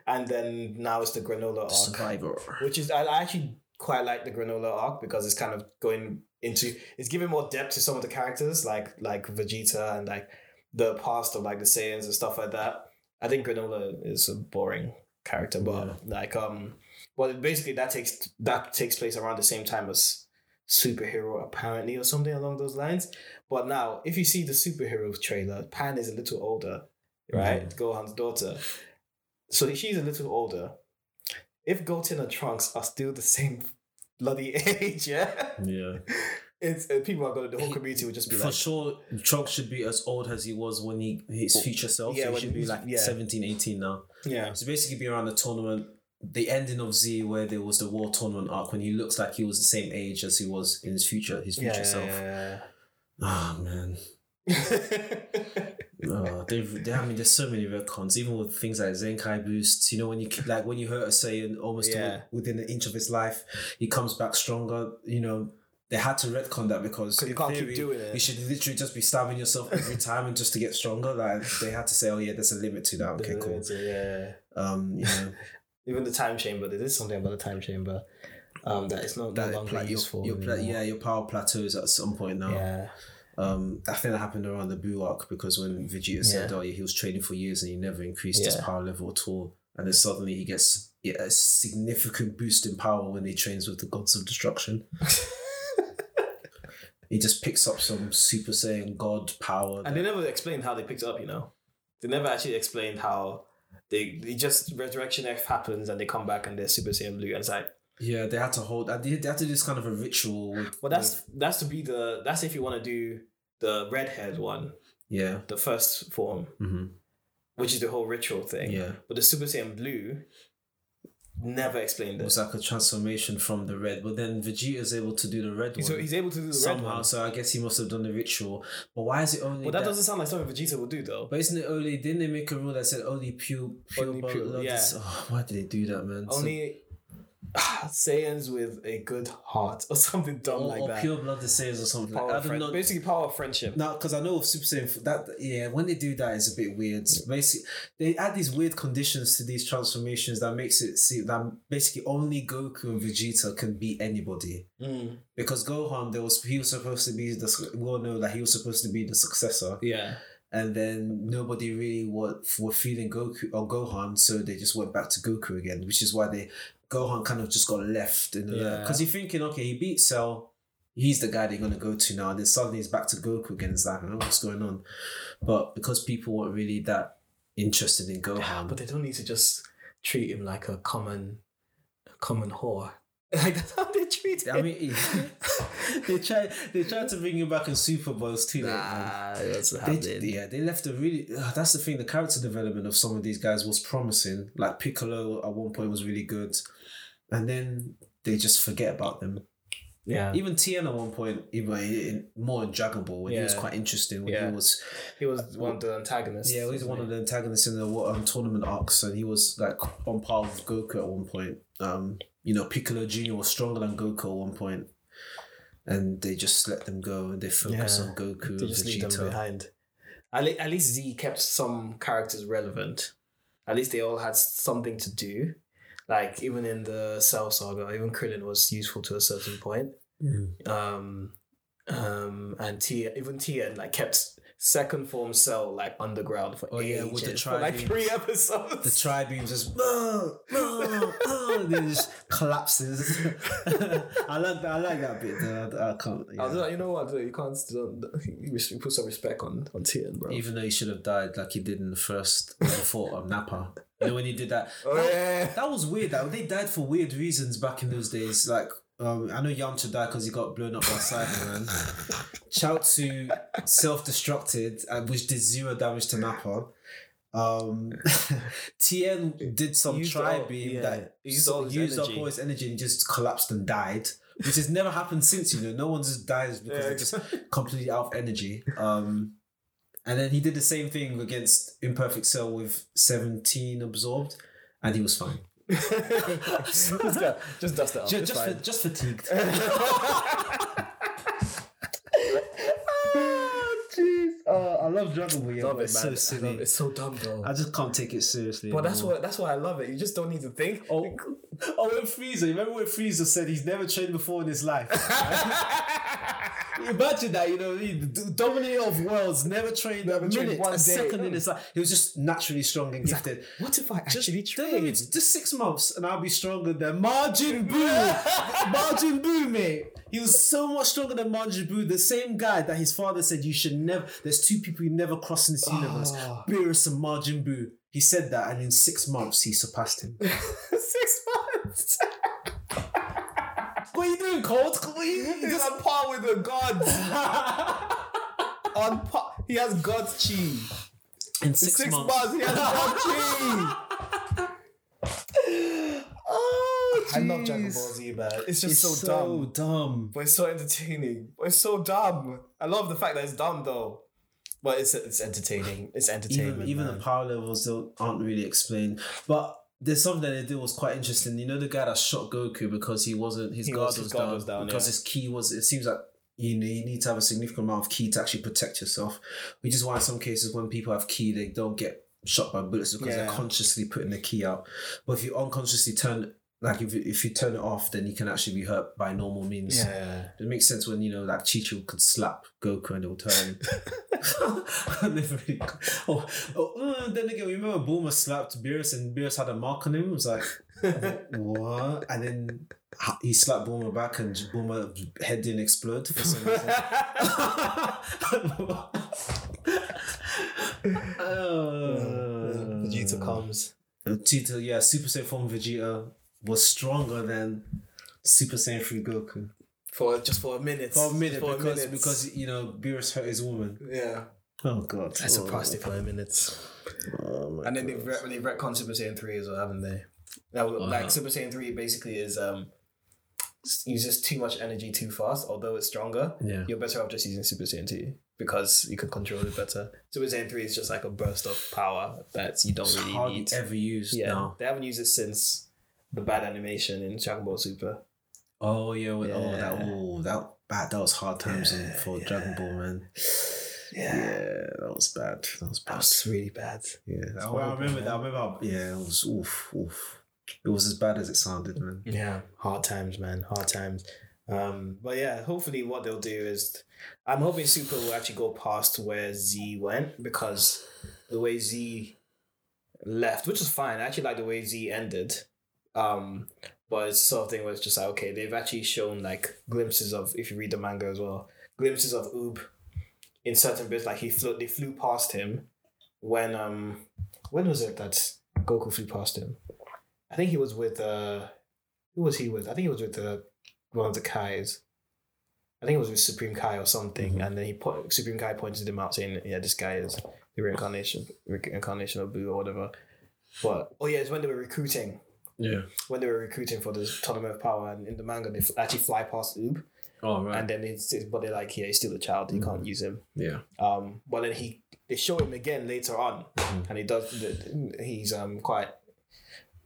[SPEAKER 1] and then now it's the Granola arc,
[SPEAKER 2] Survivor.
[SPEAKER 1] which is I actually quite like the Granola arc because it's kind of going into it's giving more depth to some of the characters like like Vegeta and like the past of like the Saiyans and stuff like that. I think Granola is a boring character, but
[SPEAKER 2] Yeah.
[SPEAKER 1] like um, well, basically that takes that takes place around the same time as superhero apparently or something along those lines. But now, if you see the superhero trailer, Pan is a little older, right? Gohan's daughter, so she's a little older. If Goten and Trunks are still the same *laughs* bloody age, yeah,
[SPEAKER 2] Yeah.
[SPEAKER 1] it's uh, people are gonna the whole community would just be
[SPEAKER 2] For
[SPEAKER 1] like,
[SPEAKER 2] sure, Trunks should be as old as he was when he his future self.
[SPEAKER 1] Yeah,
[SPEAKER 2] he
[SPEAKER 1] when
[SPEAKER 2] should be
[SPEAKER 1] he's-
[SPEAKER 2] like
[SPEAKER 1] yeah.
[SPEAKER 2] 17, 18 now.
[SPEAKER 1] yeah.
[SPEAKER 2] So basically, be around the tournament, the ending of Z, where there was the war tournament arc, when he looks like he was the same age as he was in his future, his future self. Ah man,
[SPEAKER 1] *laughs*
[SPEAKER 2] oh, they've, they, I mean, there's so many retcons. Even with things like Zenkai boosts, you know, when you keep- like when you hurt a Saiyan almost
[SPEAKER 1] Yeah.
[SPEAKER 2] within an inch of his life, he comes back stronger. You know, they had to retcon that because
[SPEAKER 1] 'Cause you
[SPEAKER 2] in
[SPEAKER 1] can't keep
[SPEAKER 2] theory,
[SPEAKER 1] doing it.
[SPEAKER 2] You should literally just be stabbing yourself every time and just to get stronger. Like they had to say, oh yeah, there's a limit to that. Okay, cool.
[SPEAKER 1] Yeah.
[SPEAKER 2] Um, you know.
[SPEAKER 1] Even the time chamber, there is something about the time chamber. Um, that it's not that *laughs* no
[SPEAKER 2] that
[SPEAKER 1] longer
[SPEAKER 2] pla- your-
[SPEAKER 1] useful.
[SPEAKER 2] Your, pla-
[SPEAKER 1] anymore.
[SPEAKER 2] yeah, your power plateaus at some point now.
[SPEAKER 1] yeah,
[SPEAKER 2] Um, I think that happened around the Buu arc because when Vegeta said,
[SPEAKER 1] Yeah.
[SPEAKER 2] "Oh, yeah, he was training for years and he never increased his
[SPEAKER 1] Yeah.
[SPEAKER 2] power level at all," and then suddenly he gets yeah, a significant boost in power when he trains with the gods
[SPEAKER 1] *laughs*
[SPEAKER 2] of destruction. he just picks up some Super Saiyan God power.
[SPEAKER 1] and they never explained how they picked it up. You know, they never actually explained how they, they just resurrection F happens and they come back and they're Super Saiyan Blue. And it's like,
[SPEAKER 2] yeah, they had to hold. uh, They they had to do this kind of a ritual. With,
[SPEAKER 1] well, that's that's to be the that's if you want to do the redhead one,
[SPEAKER 2] with- yeah.
[SPEAKER 1] the first form,
[SPEAKER 2] hmm
[SPEAKER 1] which is the whole ritual thing.
[SPEAKER 2] Yeah,
[SPEAKER 1] But the Super Saiyan Blue never explained
[SPEAKER 2] it
[SPEAKER 1] it.
[SPEAKER 2] was like a transformation from the red, but then Vegeta's able to do the red one.
[SPEAKER 1] So he's able to do the red
[SPEAKER 2] somehow.
[SPEAKER 1] one.
[SPEAKER 2] So I guess he must have done the ritual. But why is it only?
[SPEAKER 1] Well, that
[SPEAKER 2] that-
[SPEAKER 1] doesn't sound like something Vegeta would do, though.
[SPEAKER 2] But isn't it only? Didn't they make a rule that said only pure, pure
[SPEAKER 1] Only
[SPEAKER 2] blood?
[SPEAKER 1] pure,
[SPEAKER 2] blood is- oh, *laughs* why did they do that, man? So-
[SPEAKER 1] Only *sighs* Saiyans with a good heart or something dumb
[SPEAKER 2] or,
[SPEAKER 1] like
[SPEAKER 2] or
[SPEAKER 1] that.
[SPEAKER 2] pure blood says or something.
[SPEAKER 1] power
[SPEAKER 2] Like, I
[SPEAKER 1] of
[SPEAKER 2] don't
[SPEAKER 1] friend-
[SPEAKER 2] know.
[SPEAKER 1] Basically, power of friendship.
[SPEAKER 2] Now, because I know of Super Saiyan, that yeah, when they do that, it's a bit weird. Basically, they add these weird conditions to these transformations that makes it seem that basically only Goku and Vegeta can beat anybody.
[SPEAKER 1] Mm,
[SPEAKER 2] Because Gohan, there was he was supposed to be the su- we all know that he was supposed to be the successor.
[SPEAKER 1] yeah.
[SPEAKER 2] and then nobody really were, were feeling Goku or Gohan, so they just went back to Goku again, which is why they Gohan kind of just got left in the
[SPEAKER 1] Yeah.
[SPEAKER 2] because you're thinking, okay, he beat Cell, he's the guy they're gonna go to now, and then suddenly he's back to Goku again. It's like, I don't know what's going on, but because people weren't really that interested in Gohan,
[SPEAKER 1] But they don't need to just treat him like a common, a common whore. *laughs* Like that's how they treat him.
[SPEAKER 2] I mean,
[SPEAKER 1] *laughs*
[SPEAKER 2] *laughs* they tried they tried to bring him back in Super Bowls too. late, man.
[SPEAKER 1] nah, that's what
[SPEAKER 2] They-
[SPEAKER 1] happened.
[SPEAKER 2] yeah, they left a really. Uh, that's the thing. The character development of some of these guys was promising. Like Piccolo at one point was really good, and then they just forget about them.
[SPEAKER 1] yeah.
[SPEAKER 2] Even Tien at one point, even in, more in Dragon Ball, when he was
[SPEAKER 1] Yeah.
[SPEAKER 2] quite interesting. When
[SPEAKER 1] Yeah.
[SPEAKER 2] he was,
[SPEAKER 1] He was one of the antagonists.
[SPEAKER 2] yeah, he was one of
[SPEAKER 1] wasn't
[SPEAKER 2] the antagonists in the wa- um, tournament arcs, and he was like on par with Goku at one point. Um, you know, Piccolo Junior was stronger than Goku at one point, and they just let them go and they focus
[SPEAKER 1] Yeah.
[SPEAKER 2] on Goku,
[SPEAKER 1] They just leave them
[SPEAKER 2] Vegeta.
[SPEAKER 1] behind. At, le- at least Z kept some characters relevant. At least they all had something to do. Like even in the Cell Saga, even Krillin was useful to a certain point. Um, um, and Tia, even Tia, like kept second form Cell like underground for
[SPEAKER 2] Oh, yeah,
[SPEAKER 1] ages,
[SPEAKER 2] with the
[SPEAKER 1] for like
[SPEAKER 2] Tribeam.
[SPEAKER 1] three
[SPEAKER 2] the
[SPEAKER 1] episodes.
[SPEAKER 2] tri beams just "Oh, oh, oh," they just collapses. *laughs* I like that. I like that bit. Though. I, I can't.
[SPEAKER 1] I was
[SPEAKER 2] yeah.
[SPEAKER 1] like, you know what? dude, You can't don't, you should put some respect on on Tia, bro.
[SPEAKER 2] Even though he should have died like he did in the first when he fought on Nappa. You know when he did that.
[SPEAKER 1] oh
[SPEAKER 2] that,
[SPEAKER 1] yeah,
[SPEAKER 2] *laughs* that was weird. That they died for weird reasons back in those days. Like um, I know Yamcha died because he got blown up by Cyberman.
[SPEAKER 1] *laughs*
[SPEAKER 2] Chaozu self-destructed, uh, which did zero damage to Nappa. Um, *laughs* Tien did some
[SPEAKER 1] Used
[SPEAKER 2] tri
[SPEAKER 1] all-
[SPEAKER 2] beam
[SPEAKER 1] yeah,
[SPEAKER 2] that
[SPEAKER 1] used
[SPEAKER 2] used,
[SPEAKER 1] all his
[SPEAKER 2] up
[SPEAKER 1] energy.
[SPEAKER 2] all his energy and just collapsed and died, which has never happened since. You know, no one just dies because
[SPEAKER 1] Yeah,
[SPEAKER 2] they're just completely out of energy. Um, And then he did the same thing against Imperfect Cell with 17 absorbed, and he was fine.
[SPEAKER 1] *laughs* just, go- just dust it off.
[SPEAKER 2] Just,
[SPEAKER 1] it's
[SPEAKER 2] just,
[SPEAKER 1] fine.
[SPEAKER 2] fa-
[SPEAKER 1] *laughs*
[SPEAKER 2] just *laughs* fatigued.
[SPEAKER 3] Jeez, oh, I love Dragon Ball. Yeah,
[SPEAKER 1] Love it,
[SPEAKER 3] it's
[SPEAKER 1] man.
[SPEAKER 3] so silly.
[SPEAKER 1] I love it. It's so dumb though.
[SPEAKER 2] I just can't take it seriously.
[SPEAKER 1] but that's
[SPEAKER 2] anymore.
[SPEAKER 1] what that's why I love it. You just don't need to think.
[SPEAKER 2] Oh, oh, when Freezer, remember when Freezer said he's never trained before in
[SPEAKER 1] *laughs*
[SPEAKER 2] his life? Imagine that, you know, he- the dominator of worlds, never trained a
[SPEAKER 1] trained
[SPEAKER 2] minute,
[SPEAKER 1] one
[SPEAKER 2] a
[SPEAKER 1] day.
[SPEAKER 2] second in his life. He was just naturally strong and gifted.
[SPEAKER 1] What if I actually
[SPEAKER 2] Don't
[SPEAKER 1] train?
[SPEAKER 2] worry, it's Just six months and I'll be stronger than
[SPEAKER 1] *laughs*
[SPEAKER 2] Margin Boo. Margin Boo, mate. He was so much stronger than Margin Boo, the same guy that his father said you should never. There's two people you never cross in this universe,
[SPEAKER 1] Ah.
[SPEAKER 2] Beerus and Margin Boo. He said that, and in six months he surpassed him.
[SPEAKER 1] *laughs* Six *laughs* months.
[SPEAKER 2] What are you doing, Colt? What are you- you
[SPEAKER 1] He's
[SPEAKER 2] just-
[SPEAKER 1] on par with the *laughs* gods. on par. He has God's chi.
[SPEAKER 2] in six,
[SPEAKER 1] Six
[SPEAKER 2] months.
[SPEAKER 1] months. He has God's chi. *laughs*
[SPEAKER 2] Oh,
[SPEAKER 1] I love Dragon Ball
[SPEAKER 2] jeez.
[SPEAKER 1] Z, man. It's just
[SPEAKER 2] It's
[SPEAKER 1] so,
[SPEAKER 2] so,
[SPEAKER 1] dumb,
[SPEAKER 2] dumb.
[SPEAKER 1] but it's so entertaining. But it's so dumb. I love the fact that it's dumb though. But it's it's entertaining. It's entertainment.
[SPEAKER 2] Even even the
[SPEAKER 1] man.
[SPEAKER 2] power levels don't aren't really explained, but. There's something that they did was quite interesting. You know the guy that shot Goku because he wasn't his
[SPEAKER 1] He
[SPEAKER 2] guard
[SPEAKER 1] was-
[SPEAKER 2] was,
[SPEAKER 1] his guard
[SPEAKER 2] down,
[SPEAKER 1] was down, yeah.
[SPEAKER 2] because his key was. It seems like you know you need to have a significant amount of key to actually protect yourself, which is why in some cases when people have key they don't get shot by bullets because they're
[SPEAKER 1] Yeah.
[SPEAKER 2] consciously putting the key out. But if you unconsciously turn like if you, if you turn it off, then you can actually be hurt by normal means.
[SPEAKER 1] yeah.
[SPEAKER 2] It makes sense when you know like Chicho could slap Goku and it'll turn. *laughs* And they're really cool. oh, oh, mm, then again, remember Bulma slapped Beerus and Beerus had a mark on him. It was like what? And then he slapped Bulma back and Bulma head didn't explode for some reason.
[SPEAKER 1] *laughs*
[SPEAKER 2] *laughs*
[SPEAKER 1] Uh, Vegeta comes.
[SPEAKER 2] Tito, yeah, Super Saiyan form Vegeta was stronger than Super Saiyan 3 Goku.
[SPEAKER 1] for just for a minute.
[SPEAKER 2] For a minute,
[SPEAKER 1] For a
[SPEAKER 2] because,
[SPEAKER 1] minute.
[SPEAKER 2] because, you know, Beerus hurt his woman.
[SPEAKER 1] yeah,
[SPEAKER 2] Oh, God.
[SPEAKER 1] I surpassed it for a minute. And then they've re- they've retconned Super Saiyan three as well, haven't they? Now, like Super Saiyan three basically is um s- uses too much energy too fast. Although it's stronger,
[SPEAKER 2] Yeah.
[SPEAKER 1] you're better off just using Super Saiyan two because you can control it better. Super Saiyan three is just like a burst of power that you don't
[SPEAKER 2] It's
[SPEAKER 1] really
[SPEAKER 2] hardly
[SPEAKER 1] need.
[SPEAKER 2] ever used
[SPEAKER 1] yeah,
[SPEAKER 2] now.
[SPEAKER 1] they haven't used it since the bad animation in Dragon Ball Super.
[SPEAKER 2] Oh yeah, well, oh that
[SPEAKER 1] Yeah.
[SPEAKER 2] oh that bad that was hard times in-
[SPEAKER 1] Yeah,
[SPEAKER 2] for
[SPEAKER 1] yeah.
[SPEAKER 2] Dragon Ball man. that was bad. That was
[SPEAKER 1] that
[SPEAKER 2] bad.
[SPEAKER 1] was really bad.
[SPEAKER 2] yeah, that- well, Oh, I
[SPEAKER 1] horrible,
[SPEAKER 2] remember that. I
[SPEAKER 1] man.
[SPEAKER 2] remember. how- Yeah, it was oof oof. It was as bad as it sounded, man.
[SPEAKER 1] Yeah, hard times, man. Hard times. Um, but yeah, hopefully what they'll do is I'm hoping Super will actually go past where Z went because the way Z left, which is fine. I actually like the way Z ended. Um, but it's the sort of thing where it's just like, okay, they've actually shown like glimpses of if you read the manga as well, glimpses of Oob in certain bits, like he flew they flew past him when um when was it that Goku flew past him? I think he was with uh who was he with? I think he was with the one of the Kai's. I think it was with Supreme Kai or something, and then he po- Supreme Kai pointed him out, saying, "Yeah, this guy is the reincarnation, reincarnation of Boo or whatever." But oh yeah, it's when they were recruiting,
[SPEAKER 2] Yeah.
[SPEAKER 1] when they were recruiting for this tournament of power, and in the manga they f- actually fly past Oob,
[SPEAKER 2] Oh right. Mm-hmm.
[SPEAKER 1] and then it's, it's but they're like, "Yeah, he's still a child; you can't use him."
[SPEAKER 2] yeah.
[SPEAKER 1] Um, but then he they show him again later on,
[SPEAKER 2] Mm-hmm.
[SPEAKER 1] and he does. the- He's um quite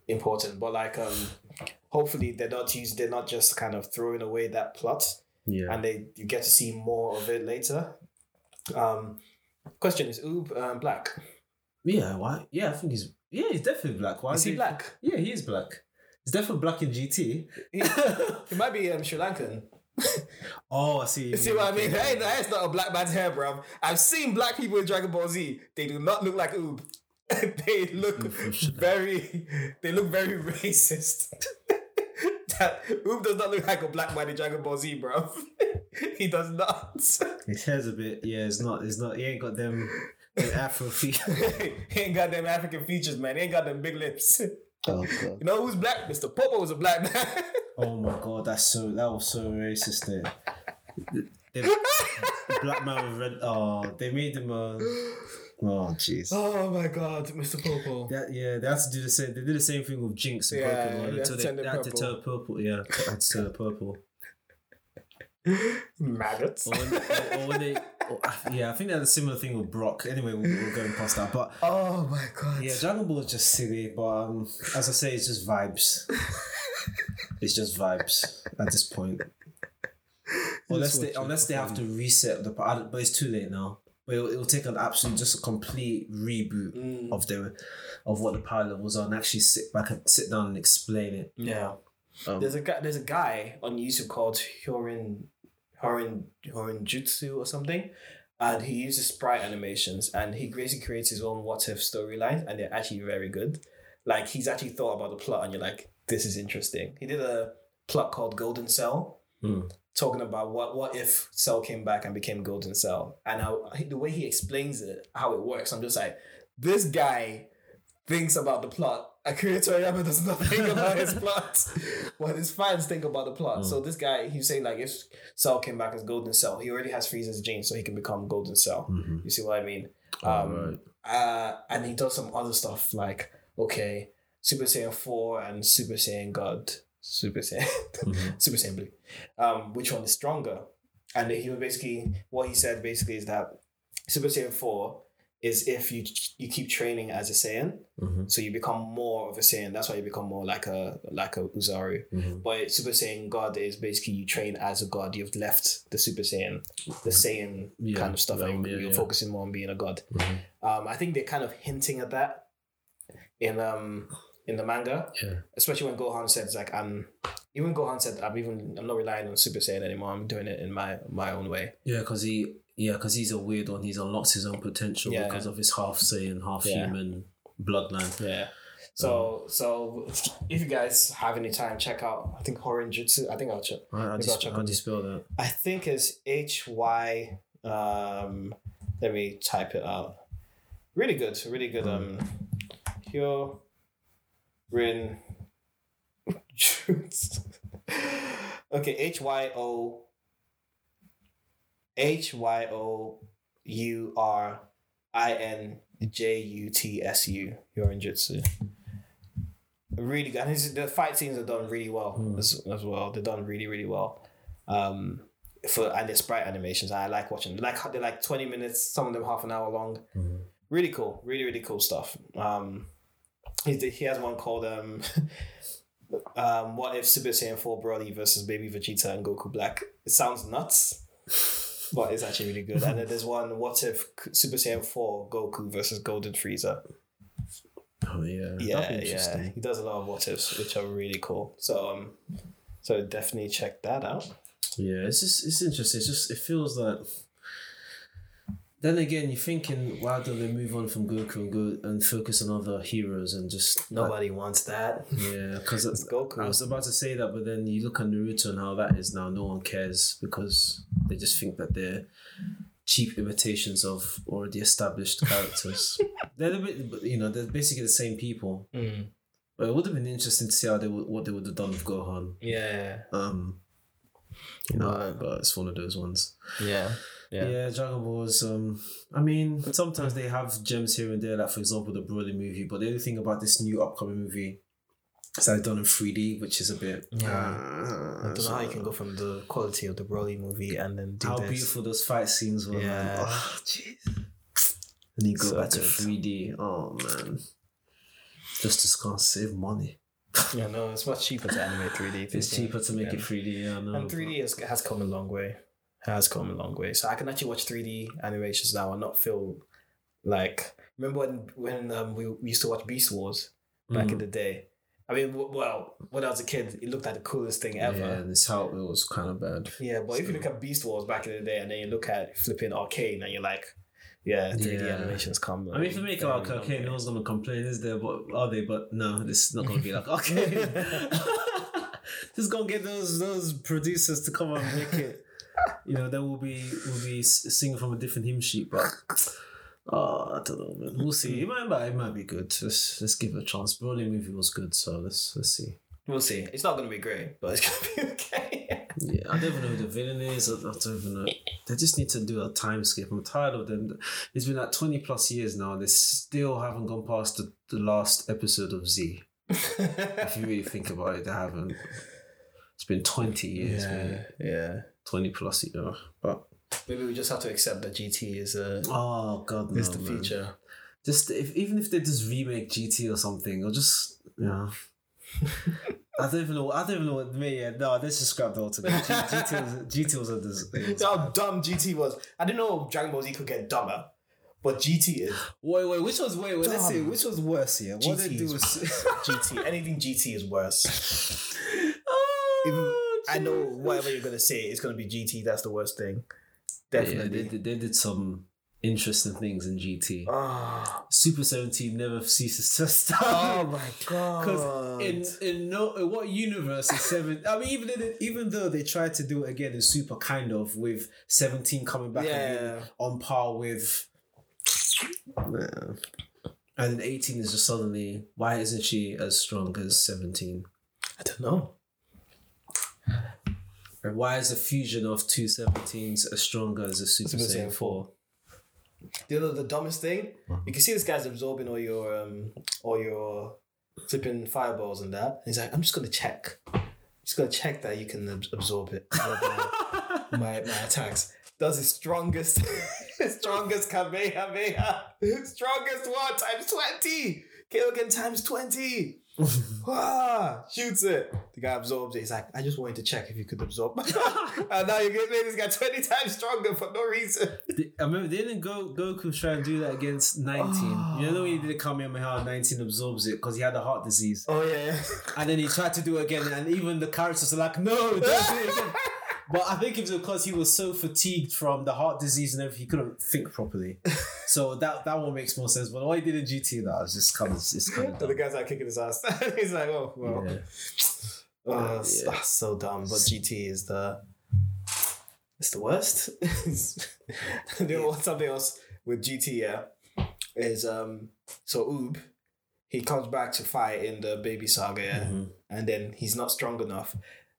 [SPEAKER 1] important, but like um, hopefully they're not used. They're not just kind of throwing away that plot,
[SPEAKER 2] Yeah.
[SPEAKER 1] and they you get to see more of it later. Um, question is Oob um, black?
[SPEAKER 2] yeah. Why? Yeah, I think he's. Yeah, he's definitely black. Why
[SPEAKER 1] Is he
[SPEAKER 2] they-
[SPEAKER 1] black?
[SPEAKER 2] Yeah, he is black. He's definitely black in GT.
[SPEAKER 1] He,
[SPEAKER 2] *laughs*
[SPEAKER 1] he might be um Sri Lankan.
[SPEAKER 2] Oh, I see.
[SPEAKER 1] You see what I mean? Hey, that is not a black man's hair, bruv. I've seen black people in Dragon Ball Z. They do not look like Oob. *laughs* they look very, they look very racist. *laughs* that Oob does not look like a black man in Dragon Ball Z, bruv. *laughs* he does not. *laughs*
[SPEAKER 2] His hair's a bit. Yeah, it's not. It's not. He ain't got them. them Afro
[SPEAKER 1] *laughs*
[SPEAKER 2] feet.
[SPEAKER 1] he ain't got them African features, man. He ain't got them big lips. You
[SPEAKER 2] oh god.
[SPEAKER 1] know who's black? Mr. Popo was a black man. *laughs*
[SPEAKER 2] Oh my god, that's so that was so racist there. They- black man with red oh they made him a Oh jeez.
[SPEAKER 1] oh my god, Mr. Popo.
[SPEAKER 2] That, yeah, they had to do the same. They did the same thing with Jinx and
[SPEAKER 1] Yeah,
[SPEAKER 2] Pokemon
[SPEAKER 1] they had to
[SPEAKER 2] until
[SPEAKER 1] turn it
[SPEAKER 2] they, they had to
[SPEAKER 1] purple.
[SPEAKER 2] turn purple. Yeah, they had to turn it purple.
[SPEAKER 1] Maggots.
[SPEAKER 2] Or when, or, or when they yeah, I think they had a similar thing with Brock. Anyway, we we're going past that, but
[SPEAKER 3] Oh my god.
[SPEAKER 2] yeah, Dragon Ball is just silly. But um, as I say, it's just
[SPEAKER 1] *laughs*
[SPEAKER 2] vibes. it's just vibes at this point. Unless they
[SPEAKER 3] watch it
[SPEAKER 2] unless they have to reset the, I don't- but it's too late now. But it'll, it'll take an absolute just a complete reboot
[SPEAKER 1] Mm,
[SPEAKER 2] of the of what the power levels are and actually sit back and sit down and explain it.
[SPEAKER 1] yeah.
[SPEAKER 2] Um,
[SPEAKER 1] There's a guy. There's a guy on YouTube called Hyorin, Hyorin, Hyorin Jutsu or something, and he uses sprite animations and he basically creates his own what if storyline, and they're actually very good. Like he's actually thought about the plot, and you're like, this is interesting. He did a plot called Golden Cell,
[SPEAKER 2] Mm.
[SPEAKER 1] talking about what what if Cell came back and became Golden Cell, and how the way he explains it, how it works. I'm just like, this guy thinks about the plot. Akira Toriyama does not think about his plot. *laughs* But his fans think about the plot.
[SPEAKER 2] Mm.
[SPEAKER 1] So this guy, he's saying like if Cell came back as Golden Cell, he already has Frieza's genes, so he can become Golden Cell.
[SPEAKER 2] mhm.
[SPEAKER 1] You see what I mean?
[SPEAKER 2] Alright.
[SPEAKER 1] uh, and he does some other stuff like okay, Super Saiyan Four and Super Saiyan God, Super Saiyan, *laughs*
[SPEAKER 2] Mhm.
[SPEAKER 1] Super Saiyan Blue. Um, which one is stronger? And he was basically what he said basically is that Super Saiyan Four is if you you keep training as a Saiyan,
[SPEAKER 2] Mhm.
[SPEAKER 1] so you become more of a Saiyan. That's why you become more like a like a Uzaru.
[SPEAKER 2] Mhm.
[SPEAKER 1] But Super Saiyan God is basically you train as a god. You've left the Super Saiyan, the Saiyan
[SPEAKER 2] Yeah,
[SPEAKER 1] kind of stuff.
[SPEAKER 2] that
[SPEAKER 1] and
[SPEAKER 2] one, yeah,
[SPEAKER 1] you're
[SPEAKER 2] yeah.
[SPEAKER 1] focusing more on being a god.
[SPEAKER 2] Mhm.
[SPEAKER 1] Um, I think they're kind of hinting at that in um in the manga,
[SPEAKER 2] Yeah.
[SPEAKER 1] especially when Gohan said like I'm. Even Gohan said I'm even I'm not relying on Super Saiyan anymore. I'm doing it in my my own way.
[SPEAKER 2] Yeah, because he yeah, because he's a weird one. He's unlocked his own potential
[SPEAKER 1] Yeah.
[SPEAKER 2] because of his half Saiyan, half
[SPEAKER 1] Yeah.
[SPEAKER 2] human bloodline.
[SPEAKER 1] Yeah. So
[SPEAKER 2] Um,
[SPEAKER 1] so if you guys have any time, check out I think Horinjutsu. I think I'll check.
[SPEAKER 2] Right, how do
[SPEAKER 1] Maybe
[SPEAKER 2] you,
[SPEAKER 1] I'll check
[SPEAKER 2] how
[SPEAKER 1] on
[SPEAKER 2] do you
[SPEAKER 1] this.
[SPEAKER 2] spell that?
[SPEAKER 1] I think it's H Y. Um, let me type it out. Really good, really good. Um, Hyo Rin *laughs* Jutsu. *laughs* Okay, H Y O H Y O U R I N J U T S U. Hyorin Jutsu. Really good. And his- the fight scenes are done really well
[SPEAKER 2] Mm.
[SPEAKER 1] as, as well. They're done really, really well. Um, for and their sprite animations. I like watching. Like how- they're like twenty minutes. Some of them half an hour long.
[SPEAKER 2] Mhm.
[SPEAKER 1] Really cool. Really really cool stuff. Um, he he has one called um, *laughs* um, what if Super Saiyan Four Broly versus Baby Vegeta and Goku Black? It sounds nuts, but it's actually really good. And then there's one what if Super Saiyan Four Goku versus Golden Freezer?
[SPEAKER 2] Oh yeah,
[SPEAKER 1] Yeah,
[SPEAKER 2] That'd be
[SPEAKER 1] yeah.
[SPEAKER 2] interesting.
[SPEAKER 1] He does a lot of what ifs, which are really cool. So um, so definitely check that out.
[SPEAKER 2] Yeah, it's just it's interesting. It's just it feels like. Then again, you're thinking, why don't they move on from Goku and go and focus on other heroes and just
[SPEAKER 1] Nobody wants that.
[SPEAKER 2] Yeah, because
[SPEAKER 1] It's Goku.
[SPEAKER 2] I was about to say that, but then you look at Naruto and how that is now. No one cares because they just think that they're cheap imitations of
[SPEAKER 1] *laughs*
[SPEAKER 2] already established characters. they're a bit, but, you know, they're basically the same people.
[SPEAKER 1] Mm.
[SPEAKER 2] But it would have been interesting to see how they would, what they would have done with Gohan.
[SPEAKER 1] Yeah,
[SPEAKER 2] Um, you know,
[SPEAKER 1] Uh,
[SPEAKER 2] but it's one of those ones.
[SPEAKER 1] yeah,
[SPEAKER 2] Yeah.
[SPEAKER 1] Yeah.
[SPEAKER 2] Dragon Balls. Um, I mean, sometimes they have gems here and there, like for example the Broly movie. But the only thing about this new upcoming movie is that it's done in three D, which is a bit. uh,
[SPEAKER 1] Yeah. I don't know how you
[SPEAKER 2] so-
[SPEAKER 1] can go from the quality of the Broly movie and then do
[SPEAKER 2] How
[SPEAKER 1] this.
[SPEAKER 2] beautiful those fight scenes were. man.
[SPEAKER 1] Yeah. *laughs*
[SPEAKER 2] Oh, jeez. And you go
[SPEAKER 1] So
[SPEAKER 2] back to
[SPEAKER 1] good. *laughs*
[SPEAKER 2] three D. Oh man. Just just can't save money.
[SPEAKER 1] Yeah, no, it's much cheaper to animate 3D.
[SPEAKER 2] It's
[SPEAKER 1] people.
[SPEAKER 2] cheaper to make it
[SPEAKER 1] Yeah.
[SPEAKER 2] three D. Yeah, I know.
[SPEAKER 1] And 3D has, has come a long way. Has come a long way. So I can actually watch 3D animations now and not feel like. Remember when when um, we, we used to watch Beast Wars back in the day? I mean, w- well, when I was a kid, it looked like the coolest thing ever.
[SPEAKER 2] Mm. Yeah,
[SPEAKER 1] Yeah.
[SPEAKER 2] and it's how it was kind of bad.
[SPEAKER 1] but if you look at Beast Wars back in the day and then you look at flipping Arcane and you're like, yeah, 3D
[SPEAKER 2] Yeah.
[SPEAKER 1] animations come.
[SPEAKER 2] I mean, if you make it like
[SPEAKER 1] very long
[SPEAKER 2] okay,
[SPEAKER 1] way.
[SPEAKER 2] no one's gonna complain, is there? But are they? But no, it's not gonna be like okay. *laughs* Just gonna get those those producers to come and make it. You know, then we'll be we'll be s- singing from a different hymn sheet. But oh, I don't know, man. We'll see. It might but it might be good. Let's let's give it a chance. Broly movie was good, so let's let's see.
[SPEAKER 1] We'll see. It's not going to be great, but it's *laughs* going to be *laughs* okay.
[SPEAKER 2] Yeah, I don't even know who the villain is. I, I don't even know. They just need to do a time skip. I'm tired of them. It's been like 20 plus years now. They still haven't gone past the, the last episode of Z. If you really think about it, they haven't. It's been 20 years, man.
[SPEAKER 1] yeah.
[SPEAKER 2] 20 plus years. But
[SPEAKER 1] Maybe we just have to accept that GT is uh,
[SPEAKER 2] Oh god, no,
[SPEAKER 1] is the
[SPEAKER 2] man.
[SPEAKER 1] future.
[SPEAKER 2] Just if even if they just remake GT or something, or just
[SPEAKER 1] *laughs*
[SPEAKER 2] yeah. I don't even know. I don't even know what me. Yeah, no, let's just scrap that altogether. G- GT was GT was a dis- it was-
[SPEAKER 1] That's how dumb GT was. I didn't know Dragon Ball Z could get dumber, but *laughs* GT is
[SPEAKER 2] Wait, wait, which was wait, wait. Let's see,
[SPEAKER 1] Dumb.
[SPEAKER 2] which was worse? Yeah, what they
[SPEAKER 1] GT
[SPEAKER 2] do
[SPEAKER 1] is
[SPEAKER 2] was.
[SPEAKER 1] GT. Anything GT is worse.
[SPEAKER 2] *laughs*
[SPEAKER 1] *laughs*
[SPEAKER 2] Oh,
[SPEAKER 1] I know
[SPEAKER 2] Jesus.
[SPEAKER 1] whatever you're gonna say, it's gonna be GT. That's the worst thing.
[SPEAKER 2] Yeah,
[SPEAKER 1] Definitely.
[SPEAKER 2] they, did, they did some interesting things in GT.
[SPEAKER 1] Ah.
[SPEAKER 2] Super Seventeen never ceases to *laughs*
[SPEAKER 1] Oh *laughs*
[SPEAKER 2] stop.
[SPEAKER 1] my god.
[SPEAKER 2] Because in in no in what universe is seven? I mean, even in, even though they tried to do it again in Super, kind of with Seventeen coming back and
[SPEAKER 1] yeah.
[SPEAKER 2] being on par with. And then 18 is just suddenly, why isn't she as strong as 17?
[SPEAKER 1] I don't know.
[SPEAKER 2] And why is the fusion of two 17s as strong as a Super,
[SPEAKER 1] Super Saiyan
[SPEAKER 2] Saiyan 4?
[SPEAKER 1] You know the dumbest thing? You can see this guy's absorbing all your um all your flipping fireballs and that. And he's like, I'm just gonna check. Just gonna check that you can ab- absorb it. absorb my, *laughs* my my attacks. Does his strongest *laughs* his strongest Kamehameha. *laughs* Strongest one times twenty! Kyogen times *laughs* twenty! ah, shoots it. The guy absorbs it. He's like, I just wanted to check if you could absorb. *laughs* and now you're gonna make this guy 20 times stronger for no reason.
[SPEAKER 2] The- I remember they didn't go Goku try and do that against 19. You know when he did a Kamehameha 19 absorbs it because he had a heart disease.
[SPEAKER 1] Oh yeah.
[SPEAKER 2] And then he tried to do it again and even the characters are like, no, don't do it *laughs* again. But I think it's because he was so fatigued from the heart disease and everything, he couldn't think *laughs* properly. So that that one makes more sense. But what he did in GT, that was just kind of, it's kind *laughs* of
[SPEAKER 1] So *laughs* the guy's like kicking his ass. *laughs* He's like, oh well.
[SPEAKER 2] Yeah.
[SPEAKER 1] Oh, that's-
[SPEAKER 2] Yeah.
[SPEAKER 1] that's so dumb. But GT is the it's the worst. *laughs* there was something else with GT, yeah. Is um so Oob, he comes back to fight in the baby saga, yeah.
[SPEAKER 2] Mhm.
[SPEAKER 1] And then he's not strong enough.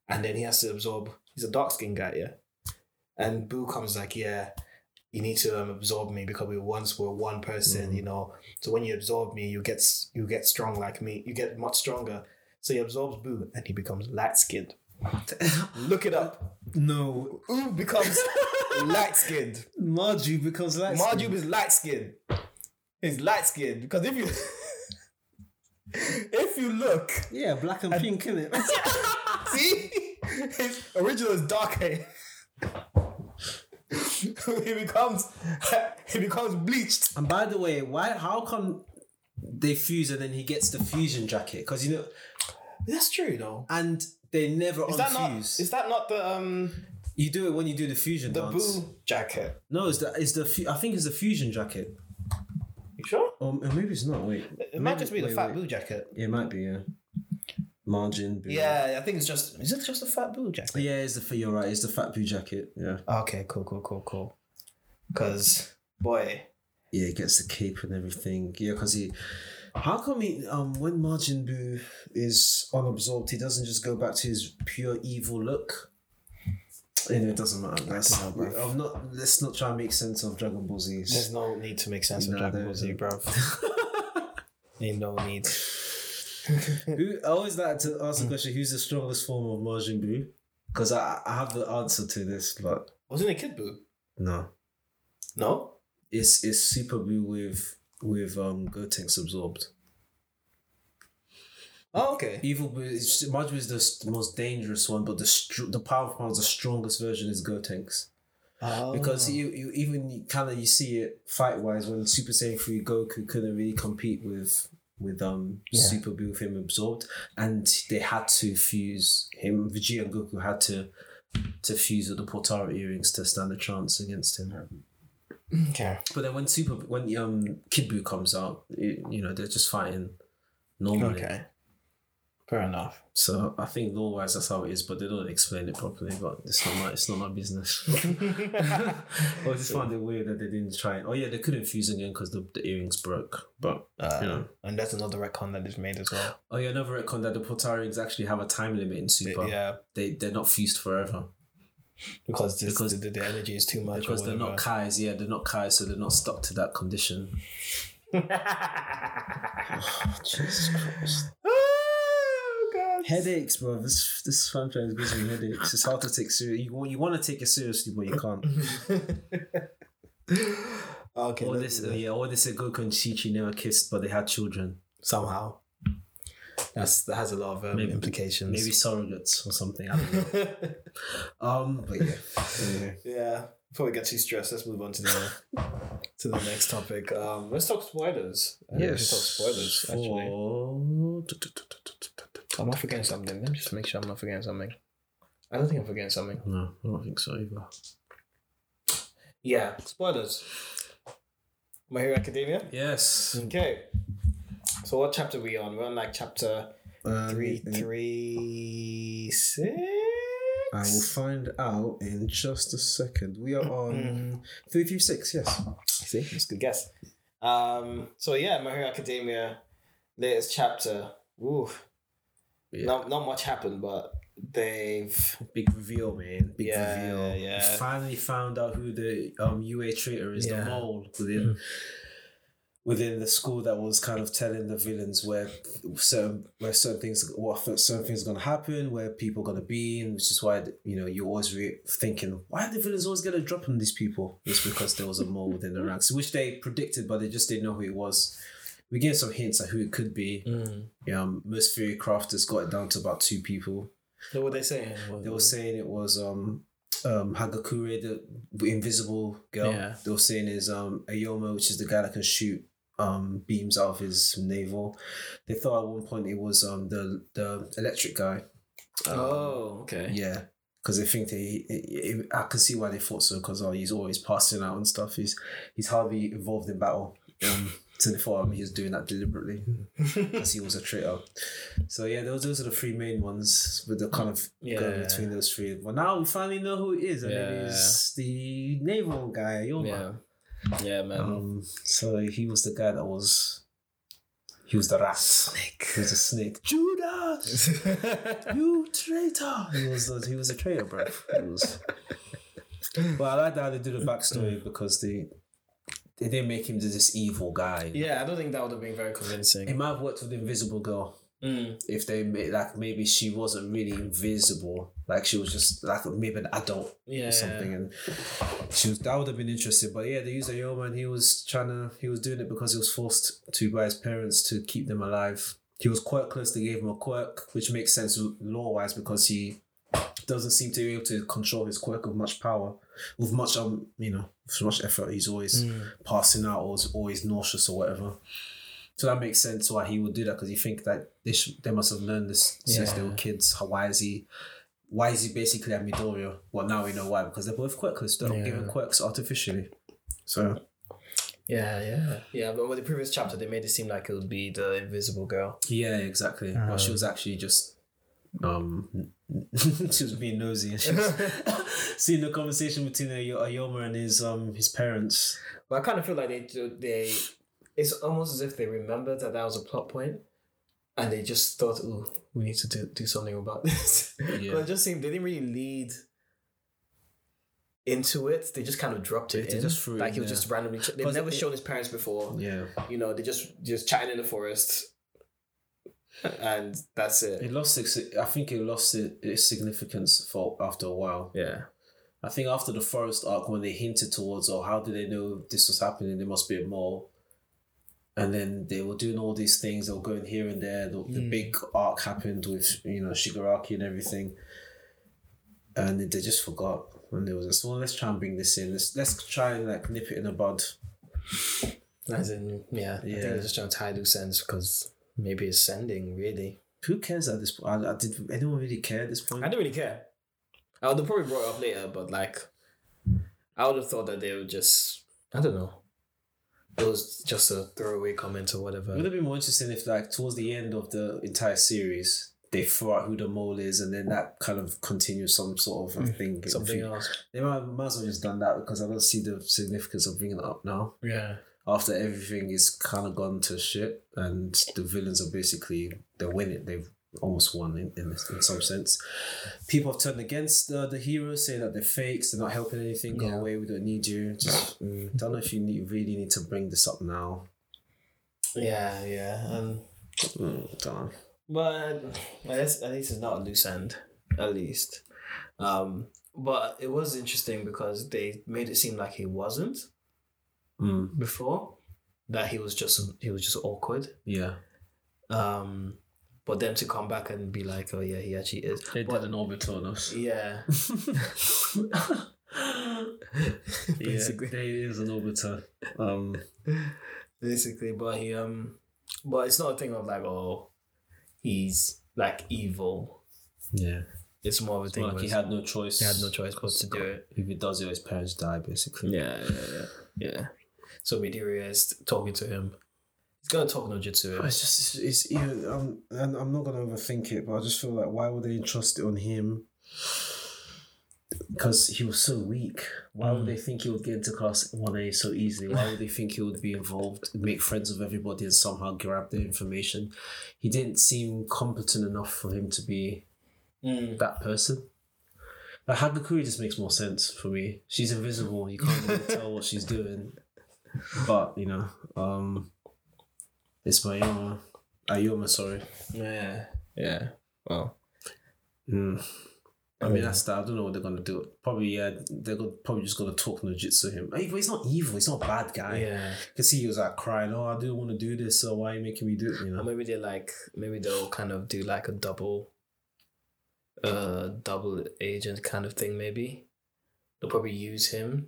[SPEAKER 1] And then he has to absorb he's a dark skinned guy, yeah. And Boo comes like, yeah, you need to um, absorb me because we once were one person,
[SPEAKER 2] Mhm.
[SPEAKER 1] you know. So when you absorb me, you get s- you get strong like me. You get much stronger. So he absorbs Boo and he becomes light skinned. Look it up.
[SPEAKER 2] Mm-hmm. No.
[SPEAKER 1] Ooh becomes light skinned.
[SPEAKER 2] Marju becomes like
[SPEAKER 1] Marjube is light skinned. He's light skinned because if you *laughs* if you look,
[SPEAKER 2] Yeah, black and pink, innit? *laughs*
[SPEAKER 1] see, his original is darker. *laughs* he becomes *laughs* he becomes bleached.
[SPEAKER 2] And by the way, why? How come they fuse and then he gets the fusion jacket? Because you know,
[SPEAKER 1] That's true though.
[SPEAKER 2] and they never
[SPEAKER 1] Is that not
[SPEAKER 2] unfuse.
[SPEAKER 1] is that not the um
[SPEAKER 2] you do it when you do the fusion
[SPEAKER 1] the
[SPEAKER 2] dance.
[SPEAKER 1] Boo jacket?
[SPEAKER 2] No, it's the it's the fu- I think it's the fusion jacket.
[SPEAKER 1] You sure?
[SPEAKER 2] Um, or maybe it's not. Wait,
[SPEAKER 1] It might just be the fat
[SPEAKER 2] Boo.
[SPEAKER 1] Boo jacket.
[SPEAKER 2] Yeah, it might be. Yeah, margin. Boo.
[SPEAKER 1] Yeah, I think it's just is it just the fat Boo jacket?
[SPEAKER 2] Yeah, it's the you're right. It's the fat boo jacket. Yeah,
[SPEAKER 1] Okay, cool, cool, cool, cool. Cause boy,
[SPEAKER 2] yeah, he gets the cape and everything. Yeah, because he, how come he um when Margin Boo is unabsorbed, he doesn't just go back to his pure evil look. Anyway, it doesn't matter. That's
[SPEAKER 1] know, bruv.
[SPEAKER 2] I'm not. Let's not try and make sense of Dragon Ball
[SPEAKER 1] there's
[SPEAKER 2] Z's.
[SPEAKER 1] no need to make sense of
[SPEAKER 2] No,
[SPEAKER 1] Dragon Ball
[SPEAKER 2] there's
[SPEAKER 1] Z,
[SPEAKER 2] no-
[SPEAKER 1] bro. *laughs* Ain't no need.
[SPEAKER 2] Who I always like to ask the question: Who's the strongest form of Margin Boo? Because I I have the answer to this, but
[SPEAKER 1] Wasn't it Kid Boo?
[SPEAKER 2] no,
[SPEAKER 1] No.
[SPEAKER 2] it's it's Super Boo with with um Gotenks absorbed.
[SPEAKER 1] Oh, okay.
[SPEAKER 2] Evil Boo is Majin Buu is the, s- the most dangerous one, but the str- the powerful one's the strongest version is Gotenks
[SPEAKER 1] Oh.
[SPEAKER 2] because you you even kind of you see it fight wise when Super Saiyan three Goku couldn't really compete with with um
[SPEAKER 1] Yeah.
[SPEAKER 2] Super Buu with him absorbed, and they had to fuse him. Vegeta and Goku had to to fuse with the Portara earrings to stand a chance against him.
[SPEAKER 1] okay.
[SPEAKER 2] But then when Super when um Kid Buu comes out, it, you know they're just fighting normally.
[SPEAKER 1] Okay. Fair enough.
[SPEAKER 2] So I think law wise that's how it is, but they don't explain it properly. But it's not my it's not my business. *laughs* I just found it weird that they didn't try it. Oh yeah, they couldn't fuse again because the, the earrings broke. But
[SPEAKER 1] Uh,
[SPEAKER 2] you know,
[SPEAKER 1] And that's another retcon that they've made as well.
[SPEAKER 2] oh yeah, another retcon that the Portarians actually have a time limit in Super.
[SPEAKER 1] yeah,
[SPEAKER 2] They they're not fused forever
[SPEAKER 1] because, this,
[SPEAKER 2] Because-
[SPEAKER 1] the, the energy is too much.
[SPEAKER 2] because they're not Kai's. Yeah, they're not Kai's, so they're not stuck to that condition.
[SPEAKER 1] not.
[SPEAKER 2] Jesus Christ.
[SPEAKER 1] *laughs* oh, God. What?
[SPEAKER 2] Headaches, bro. This this franchise gives me headaches. It's hard to take seriously. You want you want to take it seriously, but you can't.
[SPEAKER 1] *laughs* okay.
[SPEAKER 2] All
[SPEAKER 1] let-
[SPEAKER 2] this, uh, yeah, all this Goku and Chi Chi never kissed, but they had children.
[SPEAKER 1] somehow. That's that has a lot of um,
[SPEAKER 2] Maybe-
[SPEAKER 1] implications. *laughs*
[SPEAKER 2] Maybe surrogates or something. I don't know. Um, but yeah. *laughs* Anyway.
[SPEAKER 1] yeah. Before we get too stressed, let's move on to the to the next topic. Um, let's talk spoilers. I think we should talk spoilers. Actually,
[SPEAKER 2] For-
[SPEAKER 1] I'm not forgetting something. Let me just make sure I'm not forgetting something. I don't think I'm forgetting something.
[SPEAKER 2] No, I don't think so either.
[SPEAKER 1] Yeah, spoilers. My Hero Academia.
[SPEAKER 2] Yes.
[SPEAKER 1] Okay. So what chapter are we on? We're on like chapter
[SPEAKER 2] Um,
[SPEAKER 1] three, three, six.
[SPEAKER 2] I will find out in just a second. We are on three three six. Yes.
[SPEAKER 1] Mm. See, that's a good Hmm, guess. Um, so yeah, My Hero Academia, latest chapter. Ooh,
[SPEAKER 2] Yeah.
[SPEAKER 1] not not much happened, but they've
[SPEAKER 2] Big reveal, man. Big
[SPEAKER 1] Yeah,
[SPEAKER 2] reveal.
[SPEAKER 1] yeah.
[SPEAKER 2] We finally found out who the um UA traitor is,
[SPEAKER 1] Yeah. Hmm.
[SPEAKER 2] the mole within within the school that was kind of telling the villains where certain where certain things what certain things gonna happen, where people gonna be, and which is why you know you're always re- thinking why are the villains always gonna drop on these people? It's because there was a mole
[SPEAKER 1] *laughs*
[SPEAKER 2] within the ranks, which they predicted, but they just didn't know who it was. We gave some hints at who it could be.
[SPEAKER 1] Hmm.
[SPEAKER 2] Um, most theory crafters got it down to about two people
[SPEAKER 1] So what they saying?
[SPEAKER 2] they were saying it was um um Hagakure, the invisible girl.
[SPEAKER 1] Yeah.
[SPEAKER 2] They were saying is um Ayoma, which is the guy that can shoot um beams out of his navel. They thought at one point it was um the the electric guy. Um,
[SPEAKER 1] oh, okay.
[SPEAKER 2] yeah. Because they think they, it, it, I can see why they thought so. Because oh, he's always passing out and stuff. He's he's hardly involved in battle. Um, so they thought um, he was doing that deliberately because he was a traitor. So yeah, those those are the three main ones with the kind of
[SPEAKER 1] Yeah.
[SPEAKER 2] going between those three. But now we finally know who it is, and it is the naval guy, Yoma.
[SPEAKER 1] yeah, yeah, man.
[SPEAKER 2] Um, so he was the guy that was. He was the rat. Snake. He was a snake. *laughs* Judas, you traitor! He was the, he was a traitor, bro. He was. But I like how they do the backstory because they they didn't make him this evil *laughs* guy.
[SPEAKER 1] yeah, I don't think that would have been very
[SPEAKER 2] It
[SPEAKER 1] convincing.
[SPEAKER 2] might have worked with the Invisible Girl
[SPEAKER 1] Mm.
[SPEAKER 2] if they made like maybe she wasn't really invisible, like she was just like maybe an adult
[SPEAKER 1] Yeah,
[SPEAKER 2] or something, and she was that would have been interesting. But yeah, they used a yeoman. and he was trying to he was doing it because he was forced to by his parents to keep them alive. He was quirkless. They gave him a quirk, which makes sense law wise because he doesn't seem to be able to control his quirk with much power, with much um you know with much effort. He's
[SPEAKER 1] Mm.
[SPEAKER 2] always passing out or is always nauseous or whatever. So that makes sense why he would do that because you think that they should, they must have learned this since they
[SPEAKER 1] Yeah.
[SPEAKER 2] were kids. How- Why is he? Why is he basically a Midoriya? Well, now we know why because they're both quirkless. They're
[SPEAKER 1] Yeah.
[SPEAKER 2] given quirks artificially. So
[SPEAKER 1] Yeah, yeah, yeah. But with the previous chapter, they made it seem like it would be the invisible
[SPEAKER 2] *laughs*
[SPEAKER 1] girl. *laughs*
[SPEAKER 2] yeah, exactly. but she was actually just um *laughs* she was being nosy and she *laughs* was seeing the conversation between Ay- Ayoma and his um his parents.
[SPEAKER 1] But I kind of feel like they do- they. It's almost as if they remembered that that was a plot point, and they just thought, "Ooh, we need to do, do something about this." *laughs*
[SPEAKER 2] Yeah.
[SPEAKER 1] But it just seemed they didn't really lead into it. They just kind of dropped it.
[SPEAKER 2] They
[SPEAKER 1] in.
[SPEAKER 2] just threw it
[SPEAKER 1] like
[SPEAKER 2] in
[SPEAKER 1] it was
[SPEAKER 2] there.
[SPEAKER 1] just randomly. Ch- they've
[SPEAKER 2] Because
[SPEAKER 1] never
[SPEAKER 2] it-
[SPEAKER 1] shown his parents before.
[SPEAKER 2] Yeah,
[SPEAKER 1] You know, they just just chatting in the *laughs* forest, and that's
[SPEAKER 2] it
[SPEAKER 1] it.
[SPEAKER 2] lost its. I think it lost it, its significance for after a while.
[SPEAKER 1] Yeah.
[SPEAKER 2] I think after the forest arc, when they hinted towards, oh, how do they know this was happening? There must be a mole. And then they were doing all these things. They were going here and there. The, the
[SPEAKER 1] Mm.
[SPEAKER 2] big arc happened with you know Shigaraki and everything. And they just forgot. And they was just, well, let's try and bring this in. Let's let's try and like nip it in the bud.
[SPEAKER 1] As in, yeah, I think
[SPEAKER 2] Yeah.
[SPEAKER 1] they're just trying to tie loose ends because maybe it's sending, really.
[SPEAKER 2] Who cares at this point? I, I did anyone really care at this
[SPEAKER 1] I
[SPEAKER 2] point?
[SPEAKER 1] don't really care. I'll they'll probably brought it up later, but like, I would have thought that they would just, I don't know. It was just a throwaway comment or whatever.
[SPEAKER 2] It would have been more interesting if like towards the end of the entire series. They throw out who the mole is, and then that kind of continues some sort of thing.
[SPEAKER 1] Something else.
[SPEAKER 2] They might, might as well just done that because I don't see the significance of bringing it up now.
[SPEAKER 1] Yeah.
[SPEAKER 2] After everything is kind of gone to shit, and the villains are basically they're winning. They've almost won in, in, in some sense. People have turned against the, the heroes, saying that they're fakes. They're not helping anything. Go
[SPEAKER 1] Yeah.
[SPEAKER 2] away. We don't need you. Just mm, don't know if you need, really need to bring this up now.
[SPEAKER 1] Yeah, yeah. And
[SPEAKER 2] Mm, don't know.
[SPEAKER 1] But well, that's, at least it's not a loose end, at least. Um, but it was interesting because they made it seem like he wasn't
[SPEAKER 2] Mm.
[SPEAKER 1] before, that he was just he was just awkward.
[SPEAKER 2] Yeah.
[SPEAKER 1] Um, but then to come back and be like, oh yeah, he actually is.
[SPEAKER 2] They
[SPEAKER 1] But-
[SPEAKER 2] did an orbit on
[SPEAKER 1] *laughs*
[SPEAKER 2] us.
[SPEAKER 1] Yeah, basically,
[SPEAKER 2] Yeah, they is an orbiter. Um,
[SPEAKER 1] basically. But he um, but it's not a thing of like oh, he's like evil.
[SPEAKER 2] yeah.
[SPEAKER 1] It's more of a thing
[SPEAKER 2] like
[SPEAKER 1] where
[SPEAKER 2] he
[SPEAKER 1] it's-
[SPEAKER 2] had no choice.
[SPEAKER 1] he had no choice but to do it.
[SPEAKER 2] If he does it, his parents die basically.
[SPEAKER 1] Yeah, yeah, yeah. yeah. So Midoriya is talking to him. He's gonna talk no
[SPEAKER 2] But
[SPEAKER 1] jutsu.
[SPEAKER 2] Oh, It's just it's, it's even. Um, and I'm not gonna overthink it, but I just feel like why would they entrust it on him? Because he was so weak. Why would
[SPEAKER 1] Mm.
[SPEAKER 2] they think he would get into class one A so easily? Why would they think he would be involved, make friends with everybody, and somehow grab their information? He didn't seem competent enough for him to be
[SPEAKER 1] Mm.
[SPEAKER 2] that person. Like Hagakuri just makes more sense for me. She's invisible. You can't really tell what she's doing. But you know, um, it's my Ayoma. Ayoma, sorry.
[SPEAKER 1] Yeah, yeah. Well,
[SPEAKER 2] Mm. I mean, that's that. I don't know what they're gonna do. Probably, yeah, they're gonna, probably just gonna talk nojitsu him. Hey, but he's not evil. He's not a bad guy.
[SPEAKER 1] yeah.
[SPEAKER 2] You can see he was like crying. Oh, I do want to do this. So why are you making me do it? You
[SPEAKER 1] Or
[SPEAKER 2] know.
[SPEAKER 1] maybe they like maybe they'll kind of do like a double, uh, double agent kind of thing. Maybe they'll probably use him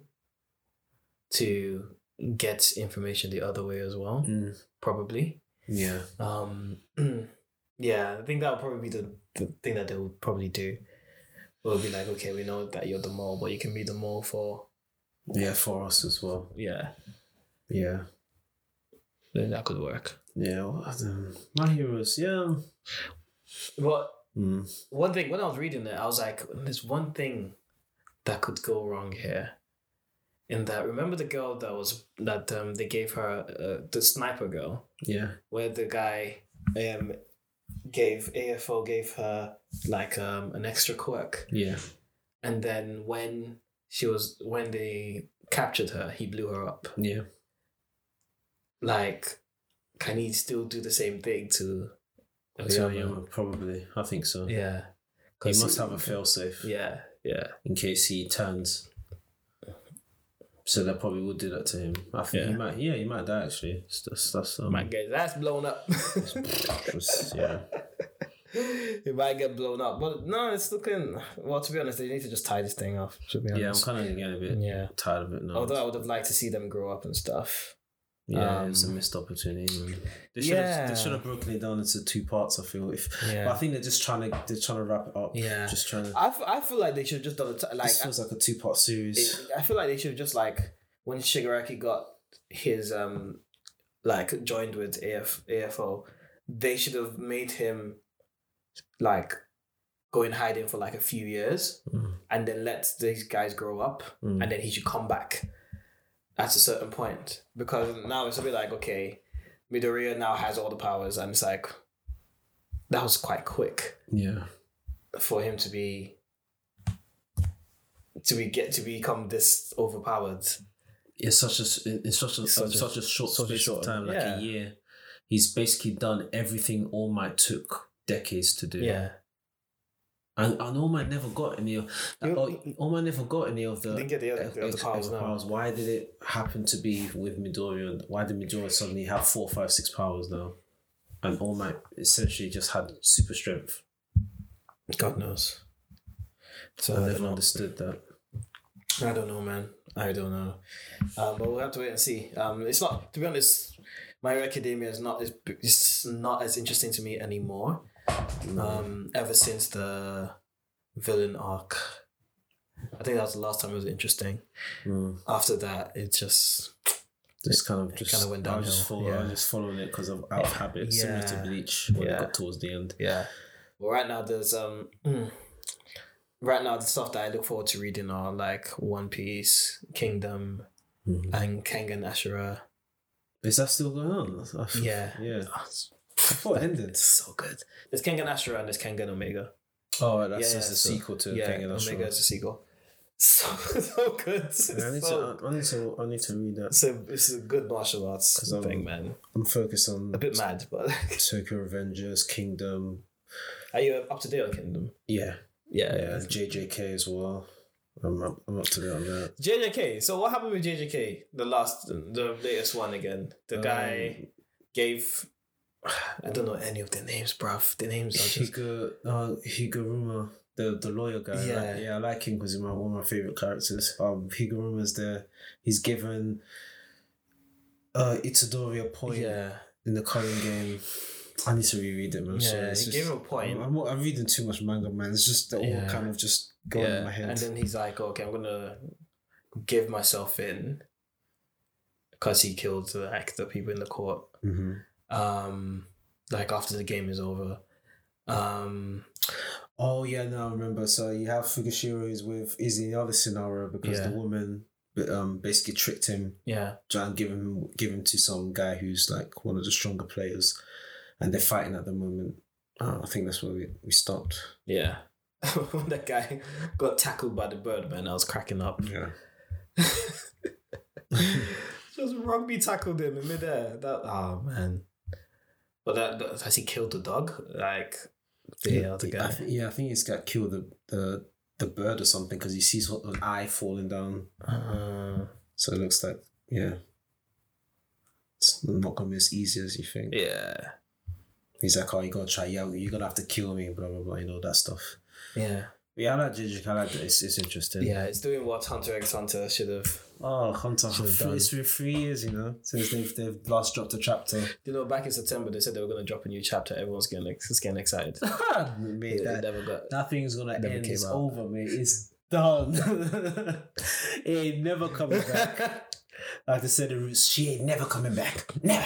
[SPEAKER 1] to get information the other way as well.
[SPEAKER 2] Mm.
[SPEAKER 1] Probably.
[SPEAKER 2] Yeah.
[SPEAKER 1] Um, *clears throat* yeah, I think that would probably be the, the thing that they would probably do. We'll be like, okay, we know that you're the mole, but you can be the mole for
[SPEAKER 2] Yeah, for us as well.
[SPEAKER 1] yeah.
[SPEAKER 2] Yeah.
[SPEAKER 1] Then that could work.
[SPEAKER 2] Yeah. what, um, my heroes. Yeah.
[SPEAKER 1] But
[SPEAKER 2] Mm.
[SPEAKER 1] one thing when I was reading it, I was like, there's one thing that could go wrong here. In that, remember the girl that was that um they gave her uh, the sniper girl,
[SPEAKER 2] Yeah.
[SPEAKER 1] where the guy um gave AFO gave her like um an extra quirk.
[SPEAKER 2] Yeah.
[SPEAKER 1] and then when she was when they captured her he blew her up
[SPEAKER 2] Yeah.
[SPEAKER 1] like can he still do the same thing to Oyama?
[SPEAKER 2] So, Oh, yeah, probably. I think so.
[SPEAKER 1] yeah
[SPEAKER 2] He
[SPEAKER 1] 'Cause
[SPEAKER 2] must have a failsafe
[SPEAKER 1] yeah yeah
[SPEAKER 2] in case he turns. So they probably would do that to him. I think he
[SPEAKER 1] Yeah.
[SPEAKER 2] might. Yeah, he might die actually. It's- That's that's um,
[SPEAKER 1] might get that's blown up *laughs*
[SPEAKER 2] it's- yeah.
[SPEAKER 1] it might get blown up but no it's looking well to be honest they need to just tie this thing off to be
[SPEAKER 2] Yeah, I'm
[SPEAKER 1] honest
[SPEAKER 2] kind of getting a bit
[SPEAKER 1] yeah
[SPEAKER 2] tired of it now.
[SPEAKER 1] although i would have liked to see them grow up and stuff
[SPEAKER 2] yeah, it's a
[SPEAKER 1] um,
[SPEAKER 2] missed opportunity. Man. They should have
[SPEAKER 1] Yeah.
[SPEAKER 2] they should have broken it down into two parts. I feel if
[SPEAKER 1] Yeah.
[SPEAKER 2] but I think they're just trying to they're trying to wrap it up.
[SPEAKER 1] Yeah.
[SPEAKER 2] just trying to.
[SPEAKER 1] i, f- I feel like they should have just done it like
[SPEAKER 2] this feels like a two part series.
[SPEAKER 1] it- I feel like they should have just like when Shigaraki got his um like joined with AF AFO, they should have made him like go in hiding for like a few years
[SPEAKER 2] Mm.
[SPEAKER 1] and then let these guys grow up
[SPEAKER 2] Mm.
[SPEAKER 1] and then he should come back at a certain point. Because now it's a bit like, okay, Midoriya now has all the powers and it's like that was quite quick
[SPEAKER 2] yeah,
[SPEAKER 1] for him to be to be get to become this overpowered.
[SPEAKER 2] it's such a s- it's such a uh,
[SPEAKER 1] Such
[SPEAKER 2] such,
[SPEAKER 1] a-
[SPEAKER 2] a short
[SPEAKER 1] such a
[SPEAKER 2] space
[SPEAKER 1] short
[SPEAKER 2] of time, like
[SPEAKER 1] yeah.
[SPEAKER 2] a year. He's basically done everything All Might took decades to do.
[SPEAKER 1] Yeah.
[SPEAKER 2] and, and All Might never got any of
[SPEAKER 1] You-
[SPEAKER 2] oh, All Might never got any of the.
[SPEAKER 1] didn't get the other,
[SPEAKER 2] ex-
[SPEAKER 1] the other
[SPEAKER 2] ex-
[SPEAKER 1] powers
[SPEAKER 2] extra
[SPEAKER 1] now.
[SPEAKER 2] Why did it happen to be with Midoriya? And why did Midoriya suddenly have four, five, six powers now? And All Might essentially just had super strength.
[SPEAKER 1] God knows. So
[SPEAKER 2] I
[SPEAKER 1] I don't
[SPEAKER 2] never
[SPEAKER 1] know.
[SPEAKER 2] understood that.
[SPEAKER 1] I don't know, man. I don't know. Um, but we'll have to wait and see. Um, it's not to be honest. My Hero Academia is not as it's not as interesting to me anymore. Um, ever since the villain arc, I think that was the last time it was interesting.
[SPEAKER 2] Mm.
[SPEAKER 1] After that, it just
[SPEAKER 2] Just kind of
[SPEAKER 1] Hmm. It
[SPEAKER 2] just
[SPEAKER 1] kinda went
[SPEAKER 2] I was just,
[SPEAKER 1] downhill,
[SPEAKER 2] follow, I was
[SPEAKER 1] yeah.
[SPEAKER 2] just following it because of out of habit, similar to
[SPEAKER 1] Yeah.
[SPEAKER 2] Bleach when
[SPEAKER 1] Yeah.
[SPEAKER 2] it got towards the end.
[SPEAKER 1] Yeah. Well, right now there's um, right now the stuff that I look forward to reading are like One Piece, Kingdom,
[SPEAKER 2] Mhm.
[SPEAKER 1] and Kangan Ashura.
[SPEAKER 2] Is that still going on? I f-
[SPEAKER 1] Yeah.
[SPEAKER 2] Yeah.
[SPEAKER 1] Oh, it's
[SPEAKER 2] I thought it ended.
[SPEAKER 1] it's so good. There's Kangan Ashura and there's Kangan Omega.
[SPEAKER 2] Oh, that's
[SPEAKER 1] Yeah,
[SPEAKER 2] just a
[SPEAKER 1] so-
[SPEAKER 2] sequel to
[SPEAKER 1] yeah,
[SPEAKER 2] King of
[SPEAKER 1] Omega is a sequel. so *laughs* so good.
[SPEAKER 2] I need,
[SPEAKER 1] So,
[SPEAKER 2] to, uh, I, need to, I need to read that.
[SPEAKER 1] it's, a, it's a good martial arts
[SPEAKER 2] 'Cause I'm-
[SPEAKER 1] thing, man.
[SPEAKER 2] I'm focused on
[SPEAKER 1] A bit mad, but *laughs*
[SPEAKER 2] Tokyo Revengers, Kingdom.
[SPEAKER 1] are you up to date on Kingdom?
[SPEAKER 2] Yeah,
[SPEAKER 1] Yeah,
[SPEAKER 2] yeah, JJK as well. I'm up, I'm up to date on that.
[SPEAKER 1] JJK. So what happened with JJK? The last, the latest one again. The
[SPEAKER 2] Um,
[SPEAKER 1] guy gave. *sighs* I don't know any of the names, bruv. The names are *laughs* just.
[SPEAKER 2] Higa, uh, Higuruma, the, the lawyer guy. Yeah,
[SPEAKER 1] Yeah.
[SPEAKER 2] right? yeah, I like him because he's my, one of my favorite characters. Um, Higuruma's there. He's given uh Itadori a point
[SPEAKER 1] yeah,
[SPEAKER 2] in the current game. I need to reread it, man. Sorry,
[SPEAKER 1] yeah.
[SPEAKER 2] it's
[SPEAKER 1] He
[SPEAKER 2] just-
[SPEAKER 1] gave him a point.
[SPEAKER 2] I'm, I'm, I'm reading too much manga, man. It's just all
[SPEAKER 1] Yeah.
[SPEAKER 2] kind of just going in my head.
[SPEAKER 1] And then he's like, okay, I'm gonna give myself in because he killed like the people in the court.
[SPEAKER 2] hmm
[SPEAKER 1] Um, like after the game is over. Um,
[SPEAKER 2] Oh yeah, no, I remember. So you have Fukushiro is with is in the other scenario because
[SPEAKER 1] Yeah.
[SPEAKER 2] the woman um basically tricked him,
[SPEAKER 1] yeah,
[SPEAKER 2] trying to give him give him to some guy who's like one of the stronger players, and they're fighting at the moment. Uh, I think that's where we, we stopped.
[SPEAKER 1] yeah. When *laughs* that guy got tackled by the bird, man, I was cracking up.
[SPEAKER 2] Yeah.
[SPEAKER 1] Just rugby tackled him in midair. That oh man. But that, that has he killed the dog? Like the other
[SPEAKER 2] I
[SPEAKER 1] guy.
[SPEAKER 2] thi- yeah, I think he's got killed the the, the bird or something because he sees an eye falling down.
[SPEAKER 1] Uh,
[SPEAKER 2] So it looks like yeah, it's not gonna be as easy as you think.
[SPEAKER 1] yeah.
[SPEAKER 2] He's like, oh, you gotta try, yeah, you're gonna have to kill me, blah blah blah, you know that stuff.
[SPEAKER 1] Yeah.
[SPEAKER 2] Yeah, I like Jujutsu. I like it. It's, it's interesting.
[SPEAKER 1] Yeah, it's doing what Hunter x Hunter should have.
[SPEAKER 2] Oh, Hunter.
[SPEAKER 1] Should've done.
[SPEAKER 2] It's been three years, you know, since they've, they've last dropped a chapter.
[SPEAKER 1] You know, back in September they said they were gonna drop a new chapter, everyone's getting ex- is getting excited.
[SPEAKER 2] mate,
[SPEAKER 1] It
[SPEAKER 2] that,
[SPEAKER 1] never got
[SPEAKER 2] that thing's gonna
[SPEAKER 1] Never
[SPEAKER 2] end.
[SPEAKER 1] came
[SPEAKER 2] It's
[SPEAKER 1] out.
[SPEAKER 2] over, mate. It's done. *laughs* it ain't never coming back.
[SPEAKER 1] *laughs*
[SPEAKER 2] Like I said, the roots, she ain't never coming back. Never.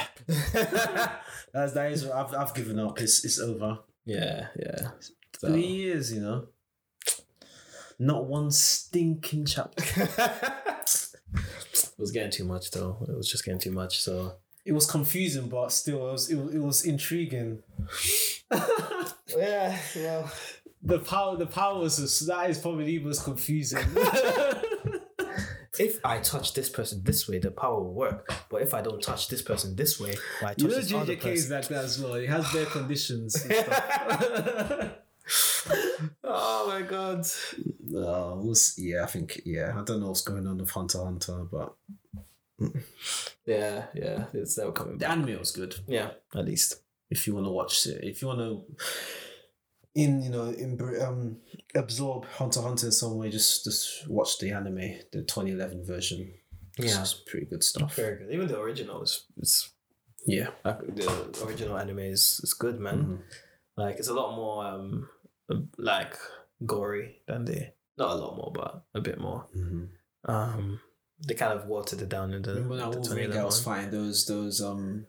[SPEAKER 2] That's that is. I've, I've given up. It's it's over.
[SPEAKER 1] yeah, yeah. So-
[SPEAKER 2] Three years, you know. Not one stinking chapter.
[SPEAKER 1] it was getting too much though. It was just getting too much, so
[SPEAKER 2] It was confusing, but still, it was it, was- it was intriguing.
[SPEAKER 1] Yeah, well
[SPEAKER 2] The power, the powers is that is probably the most *laughs* confusing.
[SPEAKER 1] if I touch this person this way, the power will work. But if I don't touch this person this way, or I touch
[SPEAKER 2] you know,
[SPEAKER 1] this other
[SPEAKER 2] JJK is
[SPEAKER 1] person.
[SPEAKER 2] like that as well. It has their conditions. And stuff.
[SPEAKER 1] Oh my god.
[SPEAKER 2] no, *laughs* we'll see. yeah, I think yeah. I don't know what's going on with Hunter x Hunter, but
[SPEAKER 1] Yeah, yeah. It's never coming
[SPEAKER 2] the
[SPEAKER 1] back.
[SPEAKER 2] anime was good.
[SPEAKER 1] Yeah, at least.
[SPEAKER 2] If you want to watch it, if you want to, in you know, in, um, absorb Hunter x Hunter in some way, just just watch the anime, the twenty eleven version. It's
[SPEAKER 1] Yeah.
[SPEAKER 2] just pretty good stuff.
[SPEAKER 1] Very good. Even the original is, is
[SPEAKER 2] Yeah.
[SPEAKER 1] the original anime is, is good, man.
[SPEAKER 2] Mhm.
[SPEAKER 1] Like it's a lot more um like gory than the not a lot more, but a bit more.
[SPEAKER 2] Mhm.
[SPEAKER 1] Um they kind of watered it down in the,
[SPEAKER 2] Remember that
[SPEAKER 1] the
[SPEAKER 2] Wolverine guy was
[SPEAKER 1] 2011 one.
[SPEAKER 2] fighting those those um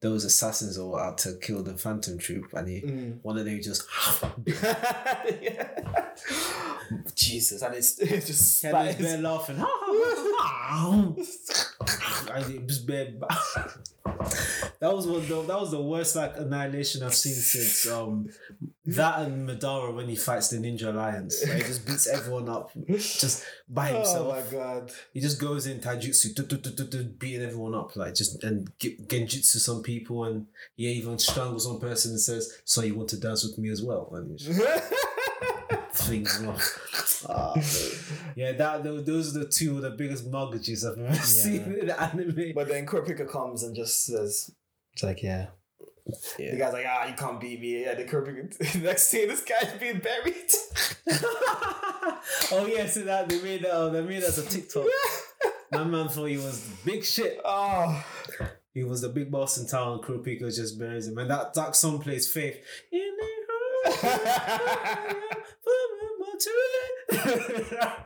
[SPEAKER 2] those assassins all out to kill the Phantom Troop, and he
[SPEAKER 1] Mm.
[SPEAKER 2] one of them just *gasps* *laughs*
[SPEAKER 1] *laughs* Jesus, and it's, it's just
[SPEAKER 2] and
[SPEAKER 1] spat.
[SPEAKER 2] he's
[SPEAKER 1] *laughs*
[SPEAKER 2] bare laughing, *laughs* and it was bare. that was one. Of, that was the worst like annihilation I've seen since um that and Madara when he fights the Ninja Alliance. Like, he just beats everyone up just by
[SPEAKER 1] Oh
[SPEAKER 2] himself.
[SPEAKER 1] god!
[SPEAKER 2] He just goes in taijutsu, du- du- du- du- du- beating everyone up, like just and ge- genjutsu some people, and he even strangles one person and says, "So you want to dance with me as well?" And he just
[SPEAKER 1] *laughs*
[SPEAKER 2] *laughs* flings him off. Ah, man. yeah, that tho- those are the two of the biggest mortgages I've ever seen in anime.
[SPEAKER 1] but then Kurpika comes and just says, "It's like yeah."
[SPEAKER 2] Yeah.
[SPEAKER 1] The guy's like, "Ah, you can't beat me." Yeah, the Kurpika. *laughs* Next scene, this guy's being
[SPEAKER 2] *laughs*
[SPEAKER 1] buried. *laughs*
[SPEAKER 2] oh yeah, so that they made that. Oh, they made that a *laughs* TikTok. My man thought he was big shit.
[SPEAKER 1] oh, *laughs*
[SPEAKER 2] He was the big boss in town. Kurupika just buries him, and that that song plays Faith. In the heart of *laughs*
[SPEAKER 1] oh,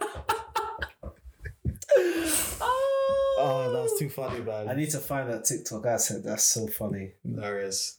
[SPEAKER 2] oh,
[SPEAKER 1] that was too funny, man.
[SPEAKER 2] I need to find that TikTok asset. That's so funny.
[SPEAKER 1] there is.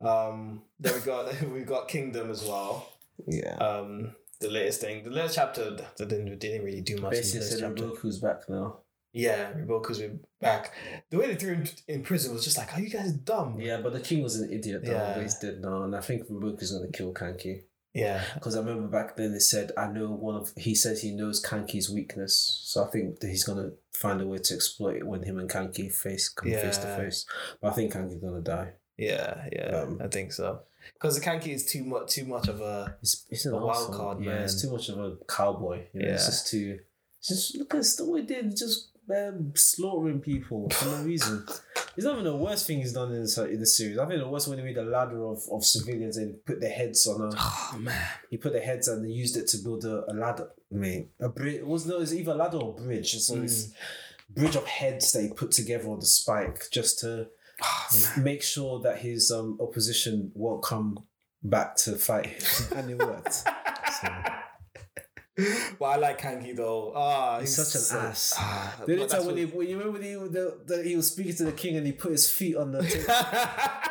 [SPEAKER 1] Um, then we got *laughs* we got Kingdom as well.
[SPEAKER 2] Yeah.
[SPEAKER 1] Um, the latest thing, the latest chapter that didn't didn't really do much. in the
[SPEAKER 2] Basically,
[SPEAKER 1] latest
[SPEAKER 2] said
[SPEAKER 1] chapter.
[SPEAKER 2] Mboku's back now.
[SPEAKER 1] Yeah, Riboku's been back. The way they threw him in prison was just like, are you guys dumb?
[SPEAKER 2] Yeah, but the king was an idiot though.
[SPEAKER 1] Yeah.
[SPEAKER 2] But he's dead now, and I think Mboku's gonna kill Kanki.
[SPEAKER 1] Yeah.
[SPEAKER 2] Because I remember back then they said, I know one of, he says he knows Kanki's weakness. So I think that he's going to find a way to exploit it when him and Kanki face come face to
[SPEAKER 1] Yeah.
[SPEAKER 2] face. But I think Kanki's going to die.
[SPEAKER 1] Yeah. Yeah.
[SPEAKER 2] Um,
[SPEAKER 1] I think so. Because the Kanki is too much. Too much of
[SPEAKER 2] *sighs*
[SPEAKER 1] a.
[SPEAKER 2] It's, it's an
[SPEAKER 1] A wild
[SPEAKER 2] arsehole.
[SPEAKER 1] card,
[SPEAKER 2] Yeah, it's
[SPEAKER 1] man.
[SPEAKER 2] too much of a cowboy. You know, It's
[SPEAKER 1] Yeah.
[SPEAKER 2] just too, it's just look at the way he did, just um, slaughtering people for no reason. *laughs* It's not even the worst thing he's done in this, in this series. I think the worst when he made a ladder of, of civilians and put their heads on a
[SPEAKER 1] Oh man.
[SPEAKER 2] He put the heads and they used it to build a, a ladder. Mate, Mm. a bridge. It was no, it's either a ladder or a bridge. It's all this bridge of heads that he put together on the spike just *sighs* to make sure that his um opposition won't come back to fight him. *laughs* and it worked.
[SPEAKER 1] *sighs* well, I like Kanki though. Ah,
[SPEAKER 2] He's such an ass.
[SPEAKER 1] Ah,
[SPEAKER 2] The only
[SPEAKER 1] but that's
[SPEAKER 2] time when,
[SPEAKER 1] *laughs*
[SPEAKER 2] he, when you remember when he, the, the, he was speaking to the king and he put his feet *laughs* on the table
[SPEAKER 1] what-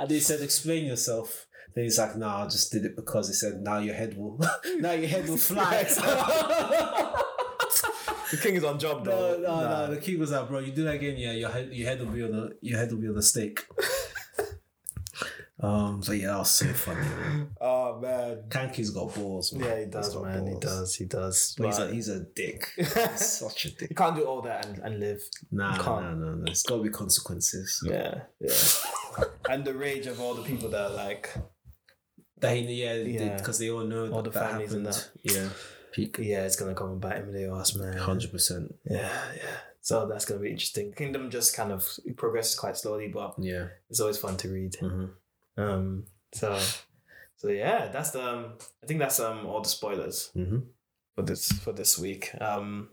[SPEAKER 2] and he said, "Explain yourself." Then he's like, "Nah, I just did it because he said now your head will *laughs* now your head will fly."
[SPEAKER 1] *laughs*
[SPEAKER 2] *laughs*
[SPEAKER 1] the king is on job
[SPEAKER 2] No,
[SPEAKER 1] though.
[SPEAKER 2] no, no. The king was like, bro, you do that again, yeah, your head, your head will be on the, your head will be on
[SPEAKER 1] *laughs*
[SPEAKER 2] the stake. um, but yeah, that was so funny. Man.
[SPEAKER 1] Oh man.
[SPEAKER 2] Kanki's got balls. Man.
[SPEAKER 1] Yeah, he
[SPEAKER 2] He's
[SPEAKER 1] does,
[SPEAKER 2] got
[SPEAKER 1] man. He
[SPEAKER 2] balls.
[SPEAKER 1] does. He does.
[SPEAKER 2] But he's
[SPEAKER 1] But
[SPEAKER 2] a, he's a dick.
[SPEAKER 1] *laughs*
[SPEAKER 2] He's such a
[SPEAKER 1] you
[SPEAKER 2] dick.
[SPEAKER 1] can't do all that and, and live.
[SPEAKER 2] Nah,
[SPEAKER 1] Can't.
[SPEAKER 2] nah, nah, nah. It's got to be consequences.
[SPEAKER 1] Yeah, yeah. and the rage of all the people that are like,
[SPEAKER 2] That he, yeah,
[SPEAKER 1] Yeah.
[SPEAKER 2] because they all know
[SPEAKER 1] All
[SPEAKER 2] that,
[SPEAKER 1] the
[SPEAKER 2] that
[SPEAKER 1] families and
[SPEAKER 2] happened. Yeah, peak.
[SPEAKER 1] yeah, it's gonna come and bite him in the ass, man.
[SPEAKER 2] Hundred percent.
[SPEAKER 1] Yeah, yeah. So that's gonna be interesting. Kingdom just kind of progresses quite slowly, but
[SPEAKER 2] Yeah.
[SPEAKER 1] it's always fun to read.
[SPEAKER 2] hmm
[SPEAKER 1] Um, so, so yeah, that's the. Um, I think that's um all the spoilers
[SPEAKER 2] hmm
[SPEAKER 1] for this for this week. Um,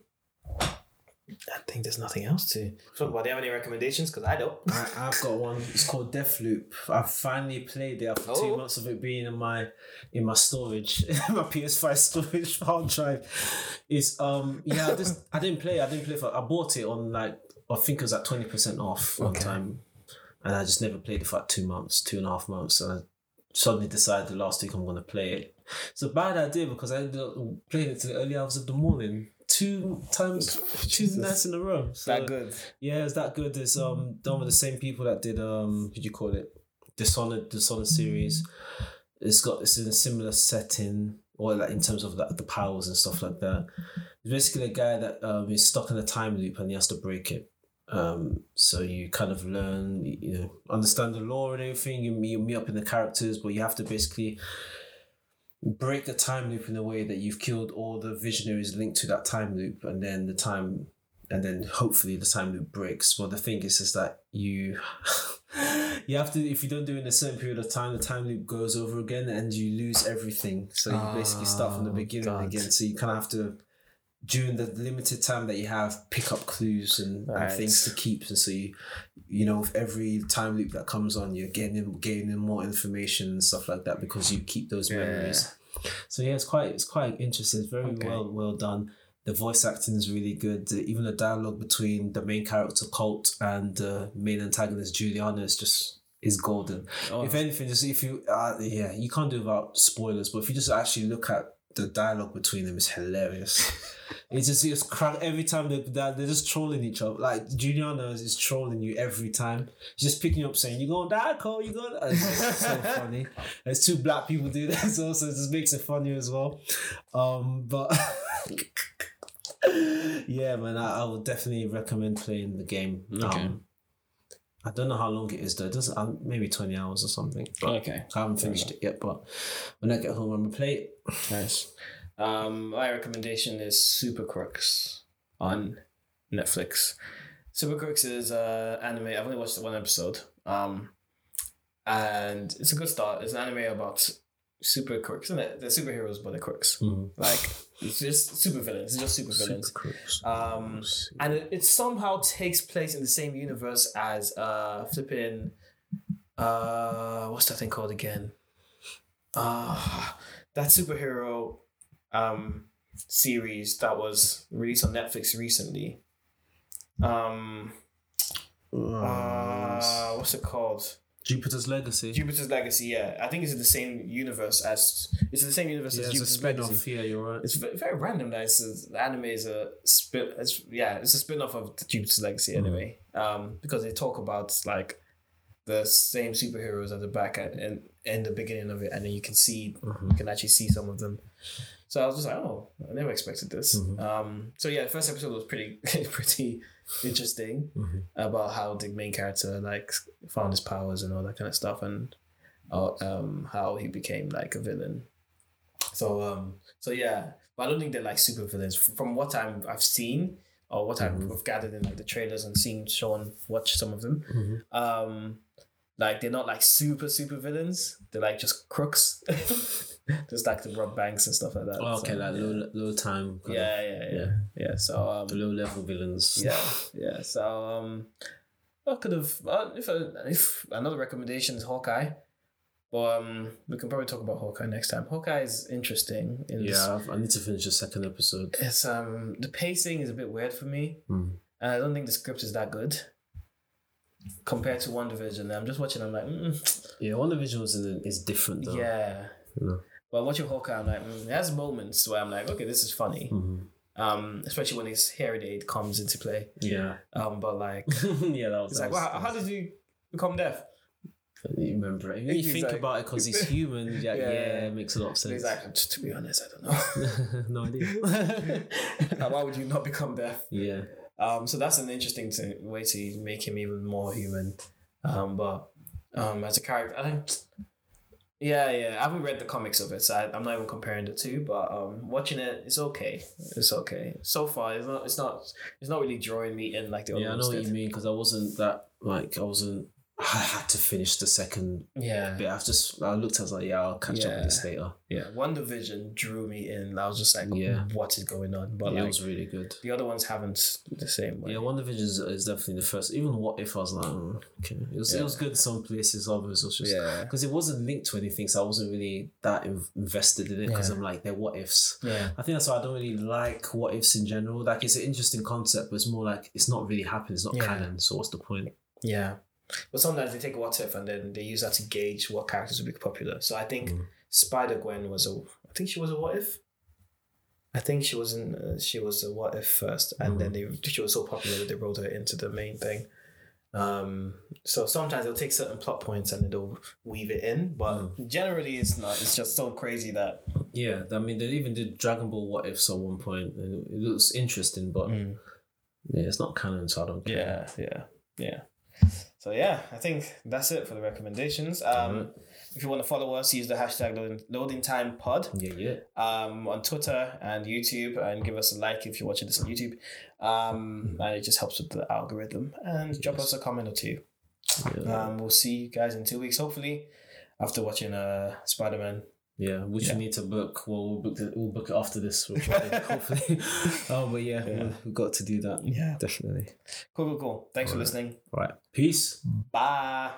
[SPEAKER 1] I think there's nothing else to talk about. Do you have any recommendations? Because I
[SPEAKER 2] *laughs*
[SPEAKER 1] don't.
[SPEAKER 2] I, I've got one. It's called Deathloop. I finally played it after
[SPEAKER 1] Oh.
[SPEAKER 2] two months of it being in my in my storage, *laughs* my PS5 storage *laughs* hard drive. Is um yeah, I just I didn't play. I didn't play for. I bought it on like I think it was like twenty percent off one
[SPEAKER 1] Okay.
[SPEAKER 2] time, and I just never played it for like two months, two and a half months, and I suddenly decided the last week I'm gonna play it. It's a bad idea because I ended up playing it to the early hours of the morning. Two times, two nights in a row. So,
[SPEAKER 1] that good.
[SPEAKER 2] yeah, it's that good. It's um done with the same people that did um could you call it Dishonored Dishonored series. It's got it's in a similar setting or like in terms of the, the powers and stuff like that. It's basically a guy that um is stuck in a time loop and he has to break it. Um, so you kind of learn, you know, understand the law and everything. You meet, you meet up in the characters, but you have to basically break the time loop in a way that you've killed all the visionaries linked to that time loop, and then the time and then hopefully the time loop breaks. But the thing is, is that you *laughs* you have to if you don't do it in a certain period of time, the time loop goes over again and you lose everything. So you basically start from the
[SPEAKER 1] Oh,
[SPEAKER 2] beginning
[SPEAKER 1] God.
[SPEAKER 2] again. So you kind of have to during the limited time that you have, pick up clues and, and
[SPEAKER 1] Right.
[SPEAKER 2] things to keep. And so you you know, with every time loop that comes on, you're gaining gaining more information and stuff like that because you keep those
[SPEAKER 1] Yeah.
[SPEAKER 2] memories. So yeah, it's quite it's quite interesting. It's very
[SPEAKER 1] Okay.
[SPEAKER 2] well well done. The voice acting is really good. The- Even the dialogue between the main character Colt and the main antagonist Juliana is just is golden. If anything, just if you uh, yeah, you can't do without spoilers. But if you just actually look at the dialogue between them, it's hilarious. It's just it's crack every time they they're, they're just trolling each other. Like Juliana is just trolling you every time. She's just picking you up saying, You're gonna die, Cole, you're gonna die." it's just so funny. There's two black people do that as well, so it just makes it funnier as well. Um but *laughs* Yeah man, I, I would definitely recommend playing the game.
[SPEAKER 1] Okay.
[SPEAKER 2] Um, I don't know how long it is though. It doesn't um, maybe twenty hours or something.
[SPEAKER 1] Okay.
[SPEAKER 2] I haven't finished it yet, but when I get home I'm gonna play it.
[SPEAKER 1] Nice. Um, my recommendation is Super Crooks on Netflix. Super Crooks is uh anime. I've only watched the one episode. Um, and it's a good start. It's an anime about super crooks, isn't it? They're superheroes, but they're crooks. Like it's just super villains. It's just Mm. super villains. Um, and it, it somehow takes place in the same universe as uh flipping uh what's that thing called again uh that superhero um series that was released on netflix recently um
[SPEAKER 2] Um,
[SPEAKER 1] uh, what's it called
[SPEAKER 2] Jupiter's Legacy.
[SPEAKER 1] jupiter's legacy yeah i think it's in the same universe as it's in the same universe
[SPEAKER 2] yeah,
[SPEAKER 1] as
[SPEAKER 2] it's a
[SPEAKER 1] jupiter's legacy
[SPEAKER 2] spin-off. Yeah, you're right.
[SPEAKER 1] it's ve- very random that it's a, the anime is a spin. It's, yeah, it's a spin off of the Jupiter's Legacy anyway. Um, because they talk about like the same superheroes at the back at and in the beginning of it, and then you can see
[SPEAKER 2] Mm-hmm,
[SPEAKER 1] you can actually see some of them. So I was just like, oh, I never expected this.
[SPEAKER 2] Mhm.
[SPEAKER 1] Um, so yeah, the first episode was pretty *laughs* pretty interesting
[SPEAKER 2] Mhm.
[SPEAKER 1] about how the main character like found his powers and all that kind of stuff, and uh, um, how he became like a villain. So um, so yeah, but I don't think they're like super villains from what I'm I've seen or what I've-
[SPEAKER 2] Mhm.
[SPEAKER 1] I've gathered in like the trailers and seen Sean watch some of them
[SPEAKER 2] mm-hmm.
[SPEAKER 1] um like they're not like super super villains they're like just crooks *laughs* just like the rob banks and stuff like that
[SPEAKER 2] Oh, okay,
[SPEAKER 1] So,
[SPEAKER 2] like
[SPEAKER 1] yeah.
[SPEAKER 2] low, low time, kind
[SPEAKER 1] yeah yeah yeah um, yeah so
[SPEAKER 2] of
[SPEAKER 1] um
[SPEAKER 2] low level villains.
[SPEAKER 1] yeah
[SPEAKER 2] *laughs*
[SPEAKER 1] yeah so um i could have uh, if, I, if another recommendation is hawkeye but um we can probably talk about hawkeye next time hawkeye is interesting in this-
[SPEAKER 2] yeah. I've- I need to finish the second episode.
[SPEAKER 1] it's um the pacing is a bit weird for me
[SPEAKER 2] Mm.
[SPEAKER 1] and I don't think the script is that good compared to One Division. I'm just watching. I'm like, mm,
[SPEAKER 2] Yeah, one of the visuals in it is different though.
[SPEAKER 1] yeah.
[SPEAKER 2] No.
[SPEAKER 1] But watching Hawkeye, I'm like, mm, it has moments where I'm like, okay, this is funny.
[SPEAKER 2] Mhm.
[SPEAKER 1] Um, especially when his hearing aid comes into play.
[SPEAKER 2] Yeah, *laughs*
[SPEAKER 1] Um, but like,
[SPEAKER 2] yeah, that was.
[SPEAKER 1] it's like,
[SPEAKER 2] that was-
[SPEAKER 1] well, how, how did you become deaf?
[SPEAKER 2] You remember it. When you
[SPEAKER 1] He's
[SPEAKER 2] think
[SPEAKER 1] like-
[SPEAKER 2] about it because he's human,
[SPEAKER 1] *laughs* Yeah.
[SPEAKER 2] yeah, yeah, it makes a lot of
[SPEAKER 1] And
[SPEAKER 2] sense.
[SPEAKER 1] he's like, *laughs* "T- to be honest, I
[SPEAKER 2] *laughs*
[SPEAKER 1] don't
[SPEAKER 2] no idea.
[SPEAKER 1] *laughs* know. Why would you not become deaf?
[SPEAKER 2] yeah.
[SPEAKER 1] Um, so that's an interesting to, way to make him even more human. Um, but um, as a character, I don't. Yeah, yeah. I haven't read the comics of it, so I, I'm not even comparing the two. But um, watching it, it's okay. It's okay so far. It's not. It's not. It's not really drawing me in like the other
[SPEAKER 2] Yeah, I know
[SPEAKER 1] ones
[SPEAKER 2] what
[SPEAKER 1] did.
[SPEAKER 2] you mean because I wasn't that like I wasn't. I had to finish the second
[SPEAKER 1] Yeah,
[SPEAKER 2] bit. I've just I looked. I was like, yeah, I'll catch up with this later.
[SPEAKER 1] yeah. One Division drew me in. I was just like,
[SPEAKER 2] Yeah.
[SPEAKER 1] what is going on?
[SPEAKER 2] But
[SPEAKER 1] But
[SPEAKER 2] yeah, it
[SPEAKER 1] like
[SPEAKER 2] was really good.
[SPEAKER 1] the other ones haven't the same way.
[SPEAKER 2] Yeah, One Division is, is definitely the first. Even What If I was like, mm, okay, it was
[SPEAKER 1] Yeah.
[SPEAKER 2] it was good in some places. Others was just
[SPEAKER 1] yeah,
[SPEAKER 2] because it wasn't linked to anything, so I wasn't really that in- invested in it because
[SPEAKER 1] Yeah.
[SPEAKER 2] I'm like they're What Ifs.
[SPEAKER 1] yeah.
[SPEAKER 2] I think that's why I don't really like What Ifs in general. Like it's an interesting concept, but it's more like it's not really happening. It's not
[SPEAKER 1] Yeah.
[SPEAKER 2] canon. So what's the point?
[SPEAKER 1] Yeah. But sometimes they take what if and then they use that to gauge what characters will be popular. So I think
[SPEAKER 2] Mm.
[SPEAKER 1] Spider Gwen was a. I think she was a what if. I think she was in. Uh, she was a what if first, and then they she was so popular that they rolled her into the main thing. Um. So sometimes they'll take certain plot points and then they'll weave it in, but generally it's not. It's just so crazy that.
[SPEAKER 2] Yeah, I mean, they even did Dragon Ball What Ifs at one point. And it looks interesting, but
[SPEAKER 1] Mm.
[SPEAKER 2] yeah, it's not canon, so I don't care.
[SPEAKER 1] Yeah, yeah, yeah. So yeah, I think that's it for the recommendations. Um,
[SPEAKER 2] Alright.
[SPEAKER 1] If you want to follow us, use the hashtag loading, loading time pod
[SPEAKER 2] Yeah, yeah.
[SPEAKER 1] um, on Twitter and YouTube, and give us a like if you're watching this on YouTube. Um, and it just helps with the algorithm. And drop us a comment or two.
[SPEAKER 2] Yeah,
[SPEAKER 1] Um, we'll see you guys in two weeks, hopefully, after watching uh, Spider Man.
[SPEAKER 2] yeah which
[SPEAKER 1] yeah.
[SPEAKER 2] we need to book. Well, we'll book, the, we'll book it
[SPEAKER 1] *laughs*
[SPEAKER 2] after this, which I think, hopefully. *laughs* oh, but yeah,
[SPEAKER 1] Yeah.
[SPEAKER 2] we- we've got to do that.
[SPEAKER 1] Yeah.
[SPEAKER 2] Definitely.
[SPEAKER 1] Cool, cool, cool. Thanks for listening.
[SPEAKER 2] Right. Peace.
[SPEAKER 1] Bye.